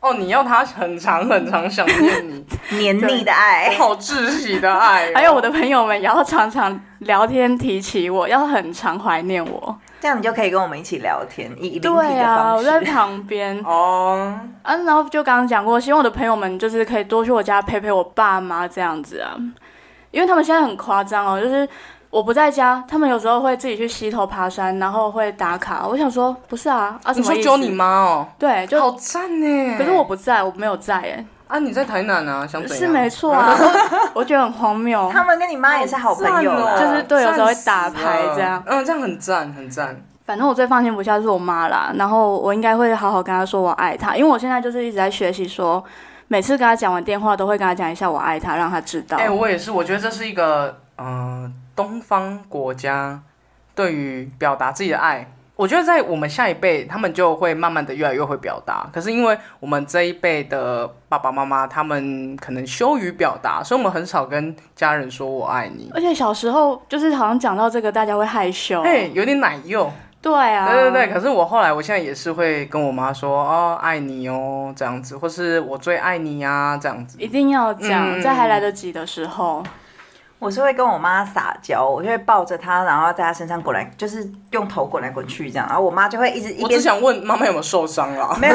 Speaker 3: 哦，你要他很长很长想念 你，
Speaker 1: 黏腻的爱
Speaker 3: 我，好窒息的爱、哦。
Speaker 1: 啊
Speaker 2: 哎还有我的朋友们也要常常聊天提起我，要很常怀念我。
Speaker 1: 这样你就可以跟我们一起聊天，以以聆听
Speaker 2: 对
Speaker 1: 的
Speaker 2: 啊，
Speaker 1: 方
Speaker 2: 我
Speaker 1: 式。
Speaker 2: 在旁边
Speaker 3: 哦，
Speaker 2: 啊，然后就刚刚讲过，希望我的朋友们就是可以多去我家陪陪我爸妈这样子啊，因为他们现在很夸张哦，就是我不在家，他们有时候会自己去溪头爬山，然后会打卡。我想说，不是啊，啊，什
Speaker 3: 你
Speaker 2: 么
Speaker 3: 说
Speaker 2: 意思
Speaker 3: 揪你？妈哦，
Speaker 2: 对，就
Speaker 3: 好赞呢。
Speaker 2: 可是我不在，我没有在，哎，
Speaker 3: 啊，你在台南啊，想怎样？
Speaker 2: 是没错 啊，我我觉得很荒谬。
Speaker 1: 他们跟你妈也是好朋友啦，
Speaker 3: 赞哦
Speaker 2: 就是对有时候会打牌
Speaker 3: 赞死了
Speaker 2: 这样
Speaker 3: 嗯，这样很赞，很赞。
Speaker 2: 反正我最放心不下是我妈啦，然后我应该会好好跟她说我爱她，因为我现在就是一直在学习说，每次跟她讲完电话都会跟她讲一下我爱她，让她知道。
Speaker 3: 哎、我也是，我觉得这是一个呃，东方国家对于表达自己的爱，我觉得在我们下一辈，他们就会慢慢的越来越会表达。可是因为我们这一辈的爸爸妈妈，他们可能羞于表达，所以我们很少跟家人说我爱你。
Speaker 2: 而且小时候就是好像讲到这个大家会害羞。
Speaker 3: 哎、有点奶幼，
Speaker 2: 对啊，
Speaker 3: 对对对。可是我后来，我现在也是会跟我妈说哦，爱你哦，这样子，或是我最爱你啊，这样子。
Speaker 2: 一定要讲，
Speaker 3: 嗯
Speaker 2: 在还来得及的时候。
Speaker 1: 我是会跟我妈撒娇，我就会抱着她，然后在她身上滚来，就是用头滚来滚去这样，然后我妈就会一直一
Speaker 3: 我只
Speaker 1: 边，
Speaker 3: 想问妈妈有没有受伤啊啦？
Speaker 1: 没有，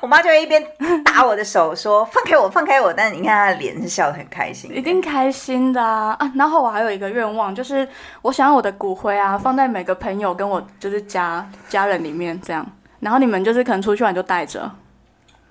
Speaker 1: 我妈就会一边打我的手说放开我，放开我，但是你看她的脸是笑得很开心，
Speaker 2: 一定开心的啊啊！然后我还有一个愿望，就是我想要我的骨灰啊放在每个朋友跟我就是家家人里面这样，然后你们就是可能出去玩就带着，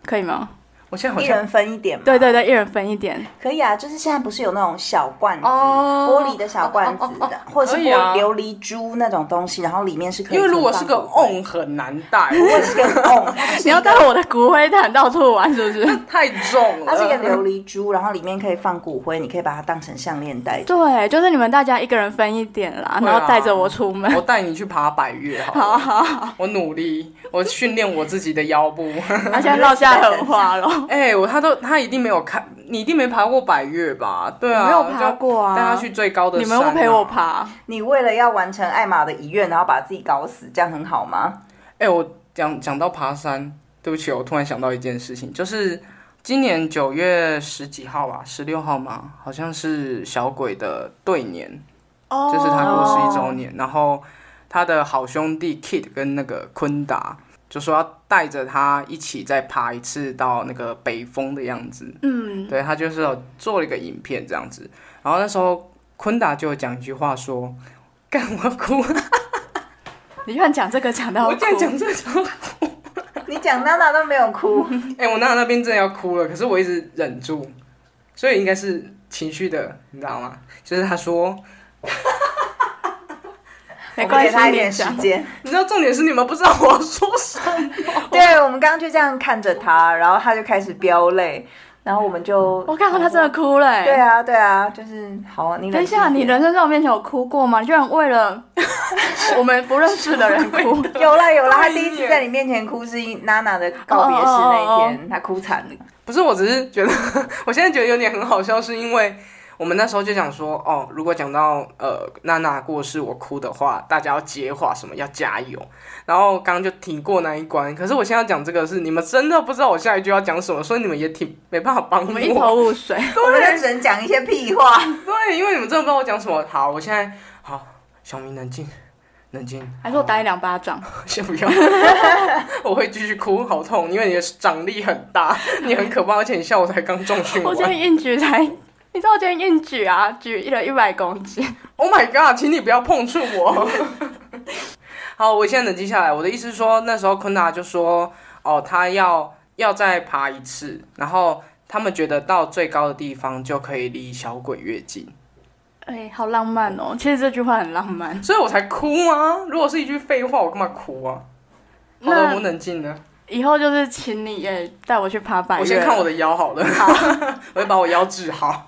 Speaker 2: 可以吗？
Speaker 3: 我现在好
Speaker 1: 一
Speaker 3: 像
Speaker 1: 人分一点嘛，
Speaker 2: 对对对，一人分一点。
Speaker 1: 可以啊，就是现在不是有那种小罐子，
Speaker 3: 哦
Speaker 1: 玻璃的小罐子的，或者是
Speaker 3: 可以
Speaker 1: 玻、
Speaker 3: 啊
Speaker 1: 琉璃珠那种东西，然后里面是可以
Speaker 3: 因为如果是
Speaker 1: 存
Speaker 3: 个
Speaker 1: 放骨灰
Speaker 3: on 很难 带，
Speaker 1: 如果是个 on，它 是
Speaker 2: 你要带我的骨灰坛到处玩是不是？
Speaker 3: 太重了。
Speaker 1: 它是一
Speaker 2: 嗯
Speaker 1: 个琉璃珠，然后里面可以放骨灰，你可以把它当成项链戴着。
Speaker 2: 对，就是你们大家一个人分一点啦，然后带着我出门。
Speaker 3: 我带你去爬百越好了，
Speaker 2: 好好好，
Speaker 3: 我努力，我训练我自己的腰部。
Speaker 2: 而且落下狠话喽。
Speaker 3: 哎、我他都他一定没有看，你一定没爬过百越吧？对啊，
Speaker 2: 没有爬过啊
Speaker 3: 就带他去最高的
Speaker 2: 你
Speaker 3: 山、啊
Speaker 2: 们不陪我？爬？
Speaker 1: 你为了要完成艾玛的遗愿，然后把自己搞死，这样很好吗？
Speaker 3: 哎、我讲讲到爬山，对不起，我突然想到一件事情，就是今年九月十几号吧，十六号嘛，好像是小鬼的对年。
Speaker 2: 哦
Speaker 3: 就是他过世一周年，然后他的好兄弟 Kid 跟那个昆达就说要带着他一起再爬一次到那个北峰的样子，
Speaker 2: 嗯，
Speaker 3: 对他就是有做了一个影片这样子，然后那时候昆达就有讲一句话说。干我哭！
Speaker 2: 你居然讲这个讲到
Speaker 3: 我这样
Speaker 2: 哭
Speaker 3: 讲这种，
Speaker 1: 你讲娜娜都没有哭，
Speaker 3: 哎、我娜娜那边真的要哭了，可是我一直忍住，所以应该是情绪的，你知道吗？就是他说，
Speaker 2: 没
Speaker 1: 我
Speaker 2: 关
Speaker 1: 们给她
Speaker 2: 系，
Speaker 1: 一
Speaker 2: 你
Speaker 1: 点时
Speaker 2: 讲。
Speaker 1: 间。
Speaker 3: 你知道重点是你们不知道我要说什么，
Speaker 1: 对，我们刚刚就这样看着她，然后她就开始飙泪，然后我们就哦
Speaker 2: 我看到他真的哭了、欸。
Speaker 1: 对啊，对啊，就是好啊。你
Speaker 2: 等一下，
Speaker 1: 冷静
Speaker 2: 你
Speaker 1: 点
Speaker 2: 人生在我面前有哭过吗？你居然为了 我们不认识的人哭，
Speaker 1: 有啦有啦，他
Speaker 3: 一
Speaker 1: 第一次
Speaker 3: 眼
Speaker 1: 在你面前哭是因娜娜的告别式那一
Speaker 2: 哦
Speaker 1: 天，他哭惨 了。
Speaker 3: 不是，我只是觉得， 我现在觉得有点很好笑，是因为我们那时候就讲说，哦，如果讲到呃娜娜过世我哭的话，大家要接话，什么要加油。然后刚刚就挺过那一关，可是我现在要讲这个是你们真的不知道我下一句要讲什么，所以你们也挺没办法 帮
Speaker 2: 我们一头雾水。
Speaker 1: 我们就只能讲一些屁话。
Speaker 3: 对，因为你们真的不知道我讲什么。好，我现在好，小明冷静，冷静。
Speaker 2: 还是我打你两巴掌？
Speaker 3: 先 不要，我会继续哭，好痛，因为你的掌力很大，你很可怕，而且你下午才刚重训
Speaker 2: 我
Speaker 3: 完。
Speaker 2: 今天硬举才，你知道我今天硬举啊，举了一百公斤。
Speaker 3: Oh my god！请你不要碰触我。 好，我现在冷静下来。我的意思是说，那时候昆达就说，哦，他要要再爬一次，然后他们觉得到最高的地方就可以离小鬼越近，
Speaker 2: 哎、好浪漫哦！其实这句话很浪漫。
Speaker 3: 所以我才哭啊。如果是一句废话，我干嘛哭啊？好的，
Speaker 2: 那
Speaker 3: 我冷静了。
Speaker 2: 以后就是请你也带我去爬百越。
Speaker 3: 我先看我的腰好了， 我会把我腰治好。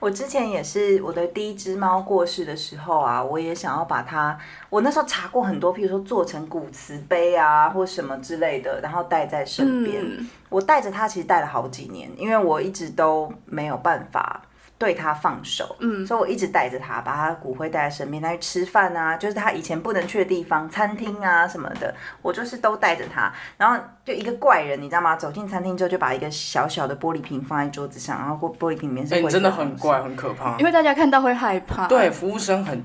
Speaker 1: 我之前也是我的第一只猫过世的时候啊，我也想要把它，我那时候查过很多，譬如说做成古瓷杯啊，或什么之类的，然后带在身边。
Speaker 2: 嗯，
Speaker 1: 我带着它其实带了好几年，因为我一直都没有办法对它放手，嗯，所以我一直带着它，把它骨灰带在身边，带它去吃饭啊，就是它以前不能去的地方，餐厅啊什么的，我就是都带着它。然后就一个怪人，你知道吗？走进餐厅之后，就把一个小小的玻璃瓶放在桌子上，然后玻玻璃瓶里面是灰
Speaker 3: 哎、
Speaker 1: 色
Speaker 3: 你
Speaker 1: 的
Speaker 3: 真的很
Speaker 1: 东西
Speaker 3: 怪，很可怕
Speaker 2: 因。为大家看到会害怕。
Speaker 3: 对，，服务生很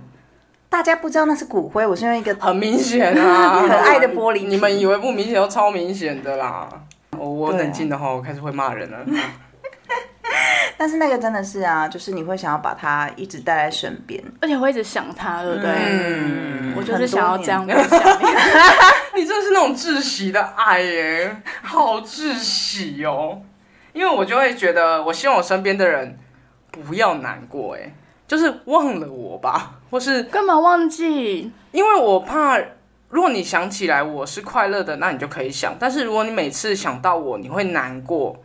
Speaker 1: 大家不知道那是骨灰，我是用一个
Speaker 3: 很明显啊，
Speaker 1: 可爱的玻璃瓶
Speaker 3: 你们以为不明显，都超明显的啦。哦我
Speaker 1: 对啊
Speaker 3: 冷静的话，我开始会骂人了。
Speaker 1: 但是那个真的是啊，就是你会想要把它一直带在身边。
Speaker 2: 而且会一直想他，对不对？
Speaker 3: 嗯
Speaker 2: 我就是想要这样
Speaker 1: 很
Speaker 2: 被想念。
Speaker 3: 你真的是那种窒息的爱耶，好窒息哦。因为我就会觉得，我希望我身边的人不要难过，哎，就是忘了我吧，或是
Speaker 2: 干嘛忘记？
Speaker 3: 因为我怕，如果你想起来我是快乐的，那你就可以想；但是如果你每次想到我，你会难过，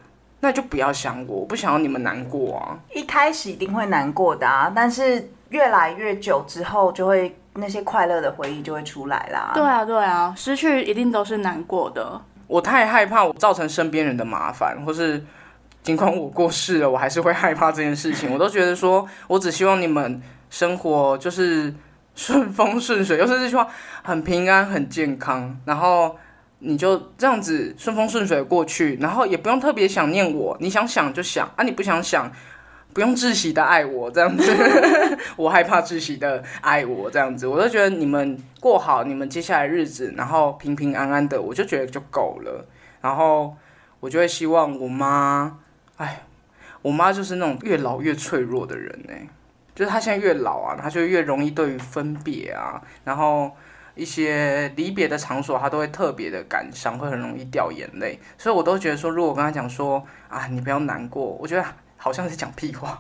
Speaker 3: 那就不要想我，我不想要你们难过啊。
Speaker 1: 一开始一定会难过的啊，但是越来越久之后，就会那些快乐的回忆就会出来啦。
Speaker 2: 对啊，对啊，失去一定都是难过的。
Speaker 3: 我太害怕我造成身边人的麻烦，或是尽管我过世了，我还是会害怕这件事情。我都觉得说，我只希望你们生活就是顺风顺水，又是这句话很平安、很健康，然后你就这样子顺风顺水地过去，然后也不用特别想念我，你想想就想啊，你不想想。不用窒息的爱我这样子，我害怕窒息的爱我这样子，我就觉得你们过好你们接下来日子，然后平平安安的，我就觉得就够了。然后我就会希望我妈，哎，我妈就是那种越老越脆弱的人哎、就是她现在越老啊，她就越容易对于分别啊，然后一些离别的场所，她都会特别的感伤，会很容易掉眼泪。所以我都觉得说，如果我跟她讲说啊，你不要难过，我觉得好像是讲屁话。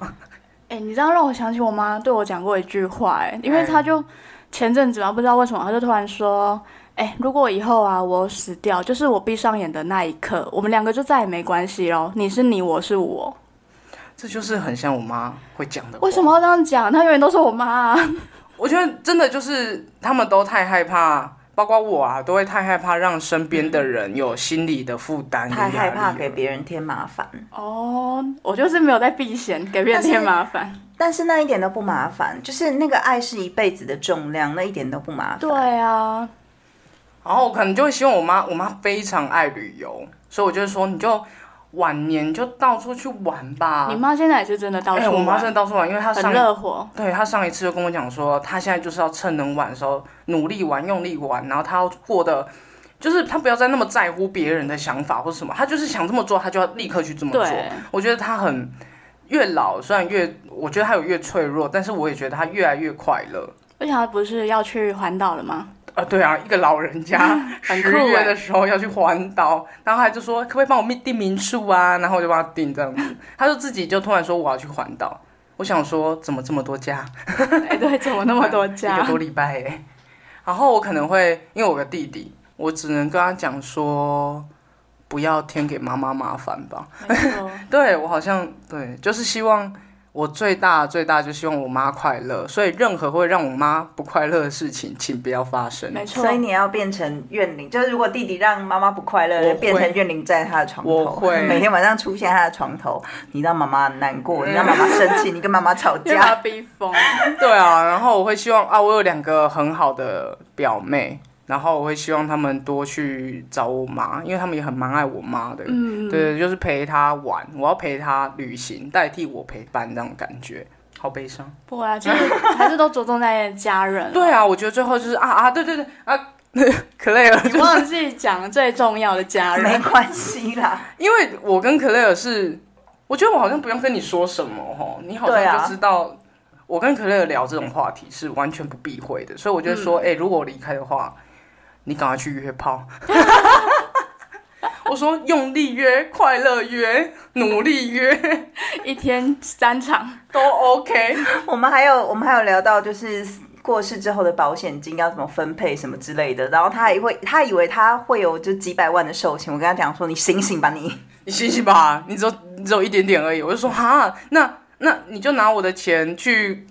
Speaker 2: 哎、你这样让我想起我妈对我讲过一句话、哎，因为她就前阵子嘛，不知道为什么，她就突然说，哎、如果以后啊我死掉，就是我闭上眼的那一刻，我们两个就再也没关系喽，你是你，我是我。
Speaker 3: 这就是很像我妈会讲的。
Speaker 2: 为什？么要这样讲？她永远都是我妈、啊。
Speaker 3: 我觉得真的就是他们都太害怕，包括我啊，都会太害怕让身边的人有心理的负担，
Speaker 1: 太害怕给
Speaker 3: 人。
Speaker 1: 别人添麻烦，
Speaker 2: 哦，我就是没有在避嫌，给别人添麻烦。
Speaker 1: 但是那一点都不麻烦，就是那个爱是一辈子的重量，那一点都不麻烦。
Speaker 2: 对啊，
Speaker 3: 然后我可能就会希望我妈，我妈非常爱旅游，所以我就说你就晚年就到处去玩吧。
Speaker 2: 你妈现在也是真的到
Speaker 3: 啊哎、
Speaker 2: 处
Speaker 3: 我妈
Speaker 2: 玩
Speaker 3: 真的到处玩，因为她
Speaker 2: 很
Speaker 3: 上
Speaker 2: 热火。
Speaker 3: 对她上一次就跟我讲说，她现在就是要趁能玩的时候努力玩、用力玩，然后她要过得。就是她不要再那么在乎别人的想法或者什么，她就是想这么做，她就要立刻去这么做。
Speaker 2: 对，
Speaker 3: 我觉得他很越老，虽然越我觉得他有越脆弱，但是我也觉得他越来越快乐。
Speaker 2: 而且她不是要去环岛了吗？
Speaker 3: 啊，对啊，一个老 人家
Speaker 2: 很
Speaker 3: 十
Speaker 2: 酷欸
Speaker 3: 月的时候要去环岛，然后他就说可不可以帮我订民宿啊？然后我就帮他订这样子，他就自己就突然说我要去环岛。我想说怎么这么多家，
Speaker 2: 哎、对，怎么那么多
Speaker 3: 一
Speaker 2: 家
Speaker 3: 个？ 多礼拜哎。然后我可能会因为我有个弟弟，我只能跟他讲说不要添给妈妈麻烦吧。
Speaker 2: 没错
Speaker 3: 对我好像对，就是希望我最大最大就希望我妈快乐，所以任何会让我妈不快乐的事情，请不要发生。
Speaker 2: 没错
Speaker 1: 所，以你要变成怨灵，就是如果弟弟让妈妈不快乐，
Speaker 3: 我会
Speaker 1: 就变成怨灵在他的床头，
Speaker 3: 我会
Speaker 1: 每天晚上出现在他的床头，你让妈妈难过，你让妈妈生气，你跟妈妈吵
Speaker 2: 因为把
Speaker 1: 架。
Speaker 2: 他逼疯。
Speaker 3: 对啊，然后我会希望啊，我有两个很好的表妹，然后我会希望她们多去找我妈，因为她们也很蛮爱我妈的。
Speaker 2: 嗯，
Speaker 3: 对，就是陪她玩，我要陪她旅行，代替我陪伴那种感觉，好悲伤。
Speaker 2: 不啊，就是 还是都着重在家人。
Speaker 3: 对啊，我觉得最后就是啊啊，对对对啊， 可累了，
Speaker 2: 你忘记讲最重要的家
Speaker 1: 没
Speaker 2: 人，
Speaker 1: 关系啦，
Speaker 3: 因为我跟克莱尔是，我觉得我好像不用跟你说什么哦，你好
Speaker 1: 对
Speaker 3: 像
Speaker 1: 啊
Speaker 3: 就知道、我跟克莱尔聊这种话题是完全不避讳的，所以我就
Speaker 1: 嗯
Speaker 3: 说，哎、如果我离开的话，你赶快去约炮。 我说用力约、快乐约、努力约
Speaker 2: 一天三场，
Speaker 3: 都 OK。
Speaker 1: 我们还有我们还有聊到就是。过世之后的保险金要怎么分配什么之类的，然后他还会，他以为他会有就几百万的寿险，我跟他讲说你醒醒吧你，
Speaker 3: 你醒醒吧，你只有你只有一点点而已。我就说哈，那那你就拿我的钱去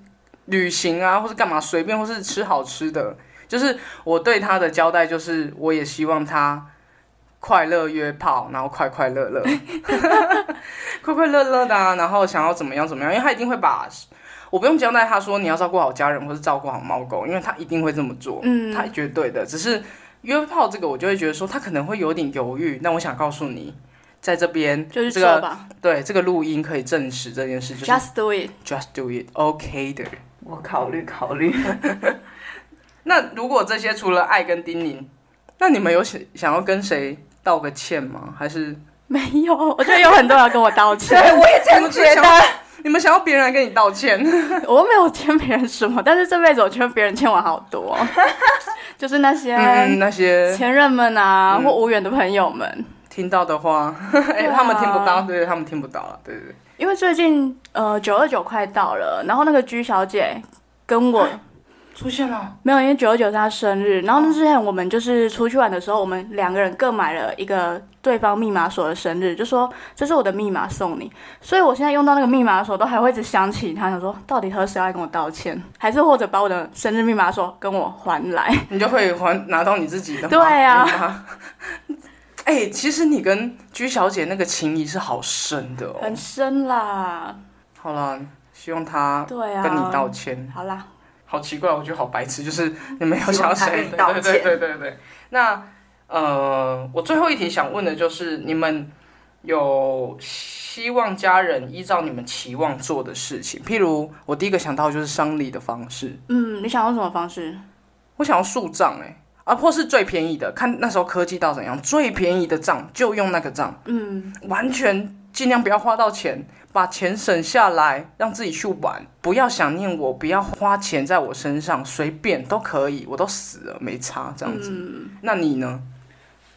Speaker 3: 旅行啊，或是干嘛随便，或是吃好吃的。就是我对他的交代，就是我也希望他快乐约炮，然后快快乐 乐，快快乐乐的、啊，然后想要怎么样怎么样，因为他一定会把。我不用交代他说你要照顾好家人或是照顾好猫狗，因为他一定会这么做，
Speaker 2: 嗯
Speaker 3: 他绝对的。只是约炮这个，我就会觉得说他可能会有点犹豫。那我想告诉你，在这边
Speaker 2: 就是
Speaker 3: 这
Speaker 2: 做
Speaker 3: 个
Speaker 2: 吧、
Speaker 3: 对这个录音可以证实这件事，就是
Speaker 2: j u s t do it。
Speaker 3: just do it，OK、的。
Speaker 1: 我考虑考 虑。
Speaker 3: 那如果这些除了爱跟叮咛，那你们有想想要跟谁道个歉吗？还是
Speaker 2: 没有，我觉得有很多人要跟我道歉，
Speaker 1: 我也这
Speaker 3: 你们只想要，你们想要别人来跟你道 歉？
Speaker 2: 我又没有欠别人什么，但是这辈子我觉得别人欠我好多 哦，就是那些
Speaker 3: 嗯，那些
Speaker 2: 前任们啊，或无缘的朋友们。
Speaker 3: 听到的话， 哎、
Speaker 2: 对啊
Speaker 3: 他们听不到，对，他们听不到了，对对对。
Speaker 2: 因为最近呃九二九快到了，然后那个居小姐跟我
Speaker 3: 出现了，
Speaker 2: 没有，因为九二九是她生日，然后那之前我们就是出去玩的时候，我们两个人各买了一个对方密码锁的生日，就说这是我的密码送你，所以我现在用到那个密码锁都还会一直想起他，想说到底何时要来跟我道歉，还是或者把我的生日密码锁跟我还来？
Speaker 3: 你就会还拿到你自己的吗。
Speaker 2: 对啊
Speaker 3: 对吗。哎、其实你跟居小姐那个情谊是好深的哦。
Speaker 2: 很深啦，
Speaker 3: 好了，希望她
Speaker 2: 对啊，
Speaker 3: 跟你道歉。
Speaker 2: 好啦，
Speaker 3: 好奇怪，我觉得好白痴，就是你没有想要
Speaker 1: 希望
Speaker 3: 谁
Speaker 1: 他跟你道歉
Speaker 3: 对对对对对对。那呃，我最后一题想问的就是，你们有希望家人依照你们期望做的事情，譬如我第一个想到的就是丧礼的方式，
Speaker 2: 嗯，你想用什么方式？
Speaker 3: 我想要树葬哎、啊，或是最便宜的，看那时候科技到怎样，最便宜的葬就用那个葬，
Speaker 2: 嗯，
Speaker 3: 完全尽量不要花到钱，把钱省下来，让自己去玩，不要想念我，不要花钱在我身上，随便都可以，我都死了没差这样子。
Speaker 2: 嗯
Speaker 3: 那你呢？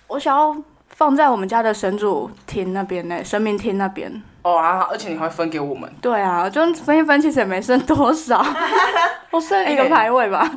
Speaker 2: 我想要放在我们家的神主厅那边呢、神明厅那边。
Speaker 3: 哦啊，而且你还会分给我们，
Speaker 2: 对啊，就分一分，其实也没剩多 少，我剩一个排位吧，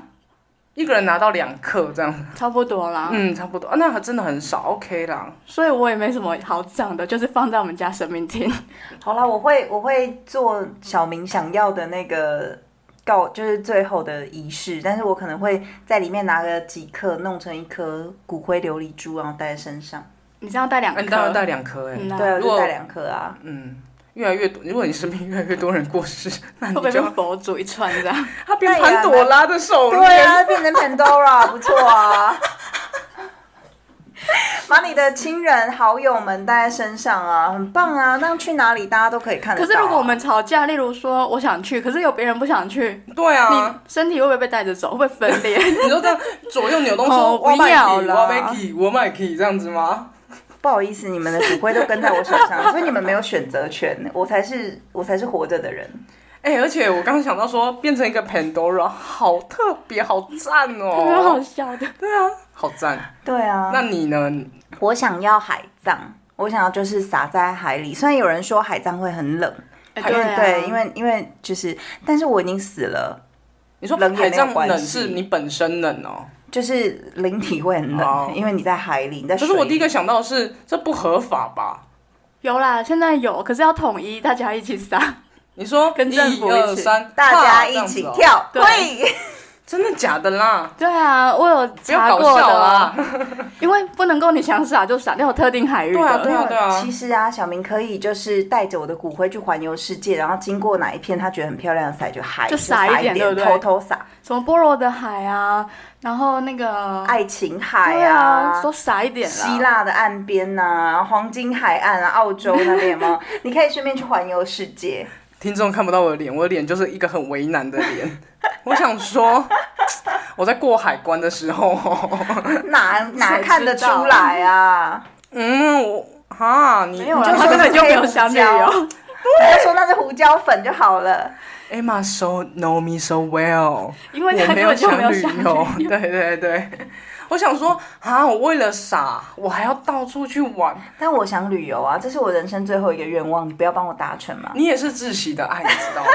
Speaker 3: 一个人拿到两克这样，
Speaker 2: 差不多啦。
Speaker 3: 嗯，差不多啊，那还真的很少，OK 啦。
Speaker 2: 所以我也没什么好讲的，就是放在我们家神明厅。
Speaker 1: 好啦，我会我会做小明想要的那个告，就是最后的仪式，但是我可能会在里面拿个几克，弄成一颗骨灰琉璃珠，然后戴在身上。
Speaker 2: 你这样带两
Speaker 3: 那、
Speaker 2: 颗，
Speaker 3: 你当然带两颗哎，
Speaker 2: 嗯 啊
Speaker 1: 对啊，
Speaker 3: 如果
Speaker 1: 就带两颗啊。
Speaker 3: 嗯，越来越多，如果你身边越来越多人过世， 那
Speaker 2: 会
Speaker 3: 你
Speaker 2: 不会
Speaker 3: 就
Speaker 2: 被佛祖一串这 样？
Speaker 3: 他变潘朵拉的手链。
Speaker 1: 对啊，变成 Pandora 不错啊。把你的亲人好友们带在身上啊，很棒啊！那样去哪里大家都可以看得
Speaker 2: 可
Speaker 1: 到啊、
Speaker 2: 是如果我们吵架，例如说我想去，可是有别人不想去，
Speaker 3: 对啊，
Speaker 2: 你身体会不会被带着走？会不会分裂？
Speaker 3: 你就这样左右扭动
Speaker 2: 哦
Speaker 3: 说，我
Speaker 2: 不
Speaker 3: 买
Speaker 2: 要
Speaker 3: key，
Speaker 2: 啦
Speaker 3: 我买 key，我买 key 这样子吗？
Speaker 1: 不好意思，你们的骨灰都跟在我手 上，所以你们没有选择权，我才是我才是活着的人。
Speaker 3: 哎、而且我刚刚想到说，变成一个 Pandora，好特别，好 赞
Speaker 2: 蛮好
Speaker 3: 哦，
Speaker 2: 笑的。
Speaker 3: 好赞。
Speaker 1: 对啊，
Speaker 3: 那你呢？
Speaker 1: 我想要海葬，我想要就是撒在海里。虽然有人说海葬会很冷，
Speaker 2: 哎
Speaker 1: 因
Speaker 2: 对
Speaker 1: 为
Speaker 2: 啊，
Speaker 1: 对，因为因为就是，但是我已经死了，
Speaker 3: 你说
Speaker 1: 冷也
Speaker 3: 海
Speaker 1: 没有
Speaker 3: 葬
Speaker 1: 关
Speaker 3: 冷
Speaker 1: 系
Speaker 3: 是你本身冷哦，
Speaker 1: 就是灵体会很冷，
Speaker 3: 哦
Speaker 1: 因为你在海里，你在
Speaker 3: 可
Speaker 1: 水
Speaker 3: 是
Speaker 1: 里。
Speaker 3: 我第一个想到的是，这不合法吧？
Speaker 2: 有啦，现在有，可是要统一，大家一起 撒。
Speaker 3: 你说
Speaker 2: 跟政府
Speaker 3: 一二
Speaker 2: 一起
Speaker 3: 三，
Speaker 1: 大
Speaker 3: 啪
Speaker 1: 家
Speaker 3: 这样
Speaker 1: 一
Speaker 3: 子
Speaker 1: 起
Speaker 3: 哦
Speaker 1: 跳，
Speaker 2: 对
Speaker 1: 对，
Speaker 3: 真的假的啦？
Speaker 2: 对啊，我有
Speaker 3: 不要
Speaker 2: 查
Speaker 3: 搞
Speaker 2: 过
Speaker 3: 笑啊
Speaker 2: 的
Speaker 3: 啦！
Speaker 2: 因为不能够你想撒就撒，要有特定海域的。
Speaker 3: 对啊对啊
Speaker 1: 其实啊，小明可以就是带着我的骨灰去环游世界，然后经过哪一片他觉得很漂亮的海，就海
Speaker 2: 就撒
Speaker 1: 撒
Speaker 2: 一
Speaker 1: 一
Speaker 2: 点对不对
Speaker 1: 偷偷撒，
Speaker 2: 什么波罗的海啊，然后那个
Speaker 1: 爱琴海
Speaker 2: 对啊，都撒一点啦。
Speaker 1: 希腊的岸边呐、黄金海岸啊，澳洲那边有 没有？你可以顺便去环游世界。
Speaker 3: 听众看不到我的脸，我的脸就是一个很为难的脸。 我想说，我在过海关的时候，
Speaker 1: 哪哪
Speaker 2: 谁知
Speaker 1: 看得出
Speaker 2: 道啊
Speaker 1: 来啊？
Speaker 3: 嗯，我哈，你
Speaker 2: 没有
Speaker 3: 你
Speaker 2: 啦，
Speaker 3: 就
Speaker 1: 就
Speaker 2: 他
Speaker 1: 说
Speaker 2: 根本就没有
Speaker 1: 可以
Speaker 2: 想旅
Speaker 1: 胡
Speaker 2: 游
Speaker 1: 椒。他就说那是胡椒粉就好了。
Speaker 3: Emma so know me so well，
Speaker 2: 因
Speaker 3: 我
Speaker 2: 为他
Speaker 3: 没
Speaker 2: 根本就没
Speaker 3: 想
Speaker 2: 有
Speaker 3: 旅
Speaker 2: 想旅
Speaker 3: 游， 对对对。我想说啊，我为了傻，我还要到处去玩。
Speaker 1: 但我想旅游啊，这是我人生最后一个愿望，你不要帮我达成嘛，
Speaker 3: 你也是窒息的爱，你知道吗？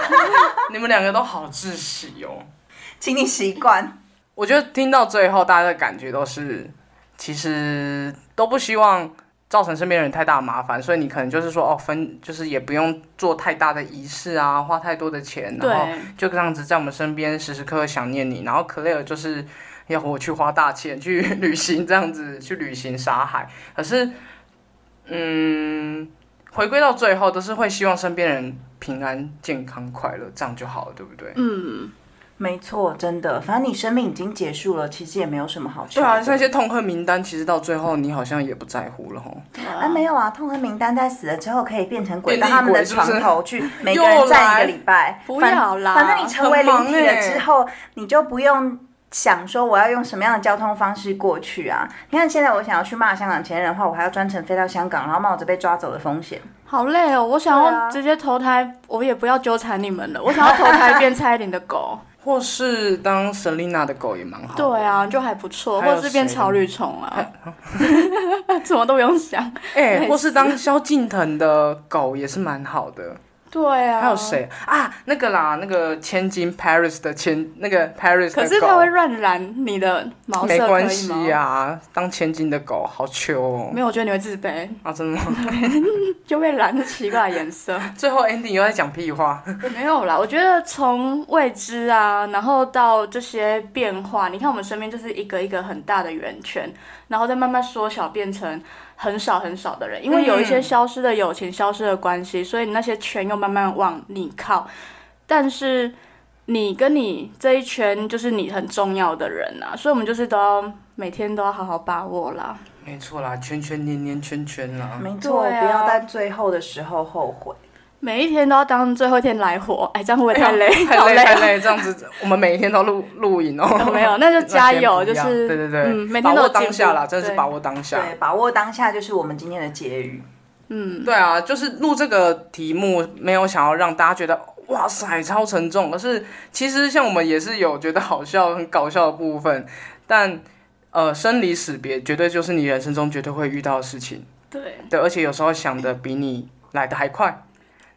Speaker 3: 你们两个都好窒息哦。
Speaker 1: 请你习惯。
Speaker 3: 我觉得听到最后，大家的感觉都是，其实都不希望造成身边人太大的麻烦，所以你可能就是说，哦，分就是也不用做太大的仪式啊，花太多的钱，然后
Speaker 2: 对，
Speaker 3: 就这样子在我们身边时时刻刻想念你。然后 Claire 就是要我去花大钱去旅行，这样子去旅行沙海。可是，嗯，回归到最后，都是会希望身边人平安、健康、快乐，这样就好了，对不对？
Speaker 2: 嗯，
Speaker 1: 没错，真的，反正你生命已经结束了，其实也没有什么好求
Speaker 3: 对
Speaker 1: 的。
Speaker 3: 啊，那些痛恨名单，其实到最后你好像也不在乎了吼。
Speaker 1: 啊，没有啊，痛恨名单在死了之后可以变成鬼，
Speaker 3: 变
Speaker 1: 到
Speaker 3: 厉
Speaker 1: 他们的
Speaker 3: 鬼是不
Speaker 1: 床
Speaker 3: 是
Speaker 1: 头去，每个人站一个礼拜。
Speaker 2: 不
Speaker 1: 反
Speaker 2: 要啦
Speaker 1: 反正你成为灵体了之后，你就不用想说我要用什么样的交通方式过去啊？你看现在我想要去骂香港前任的话，我还要专程飞到香港，然后冒着被抓走的风险。
Speaker 2: 好累哦！我想
Speaker 1: 对啊
Speaker 2: 要直接投胎，我也不要纠缠你们了，我想要投胎变蔡依林的狗。
Speaker 3: 或是当 Selina 的狗也蛮好。
Speaker 2: 对，啊，就还不错，
Speaker 3: 还
Speaker 2: 或
Speaker 3: 有
Speaker 2: 者是变草履虫啊， 什么都不用想。
Speaker 3: 哎、
Speaker 2: 类似
Speaker 3: 或是当萧敬腾的狗也是蛮好的。
Speaker 2: 对啊，
Speaker 3: 还有？谁啊？那个啦，那个千金 Paris 的千，那个 Paris 的狗。
Speaker 2: 可是它会乱染你的毛
Speaker 3: 没
Speaker 2: 色，可
Speaker 3: 关
Speaker 2: 以吗？嗯
Speaker 3: 系啊，当千金的狗好糗哦。
Speaker 2: 没有，我觉得你会自卑，
Speaker 3: 啊，真的吗？
Speaker 2: 就会染奇怪的颜色。
Speaker 3: 最后 Andy 又在讲屁话。
Speaker 2: 没有啦，我觉得从未知啊，然后到这些变化，你看我们身边就是一个一个很大的圆圈，然后再慢慢缩小，变成很少很少的人。因为有一
Speaker 3: 嗯
Speaker 2: 些消失的友情、消失的关系，所以你那些圈又慢慢往你靠。但是你跟你这一圈就是你很重要的人啊，所以我们就是都要每天都要好好把握啦。
Speaker 3: 没错啦，圈圈黏黏圈圈啦。
Speaker 1: 没错，
Speaker 2: 对啊
Speaker 1: 不要在最后的时候后悔。
Speaker 2: 每一天都要当最后一天来活，哎，这样会不会太累？
Speaker 3: 太
Speaker 2: 好
Speaker 3: 累
Speaker 2: 累
Speaker 3: 太
Speaker 2: 哦
Speaker 3: 累，这样子我们每一天都录录 影哦。
Speaker 2: 没有，那就加油，
Speaker 3: 那
Speaker 2: 就
Speaker 3: 先不要
Speaker 2: 是
Speaker 3: 对对对，
Speaker 2: 嗯，每
Speaker 3: 把
Speaker 2: 天都
Speaker 3: 握
Speaker 2: 有
Speaker 3: 当
Speaker 2: 进
Speaker 3: 下
Speaker 2: 步
Speaker 3: 啦，真的是啊
Speaker 2: 对
Speaker 3: 把握当下。
Speaker 1: 对，把握当下就是我们今天的结语。
Speaker 2: 嗯，
Speaker 3: 对啊，就是录这个题目，没有想要让大家觉得哇塞超沉重，而是其实像我们也是有觉得好笑、很搞笑的部分，但呃，生离死别绝对就是你人生中绝对会遇到的事情。
Speaker 2: 对，
Speaker 3: 对，而且有时候想的比你来的还快。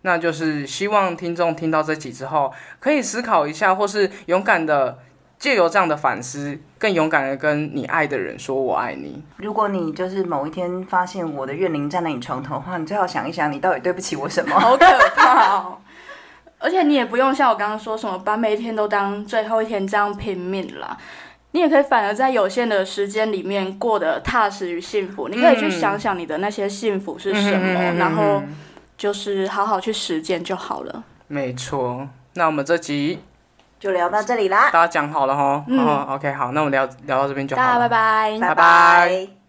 Speaker 3: 那就是希望听众听到这集之后，可以思考一下，或是勇敢的借由这样的反思，更勇敢的跟你爱的人说“我爱你
Speaker 1: 如果你就是某一天发现我的怨灵站在你床头的话，你最好想一想，你到底对不起我什么？
Speaker 2: 好可怕哦。而且你也不用像我刚刚说什么把每一天都当最后一天这样拼命啦，你也可以反而在有限的时间里面过得踏实与幸福。你可以去
Speaker 3: 嗯
Speaker 2: 想想你的那些幸福”。是什么，
Speaker 3: 嗯
Speaker 2: 然后就是好好去实践就好了。
Speaker 3: 没错。那我们这集
Speaker 1: 就聊到这里啦，
Speaker 3: 大家讲好了哈，
Speaker 2: 嗯
Speaker 3: 哦，OK，好，那我们聊聊到这边就好
Speaker 2: 大家
Speaker 3: 了，
Speaker 2: 拜拜。
Speaker 3: 拜
Speaker 1: 拜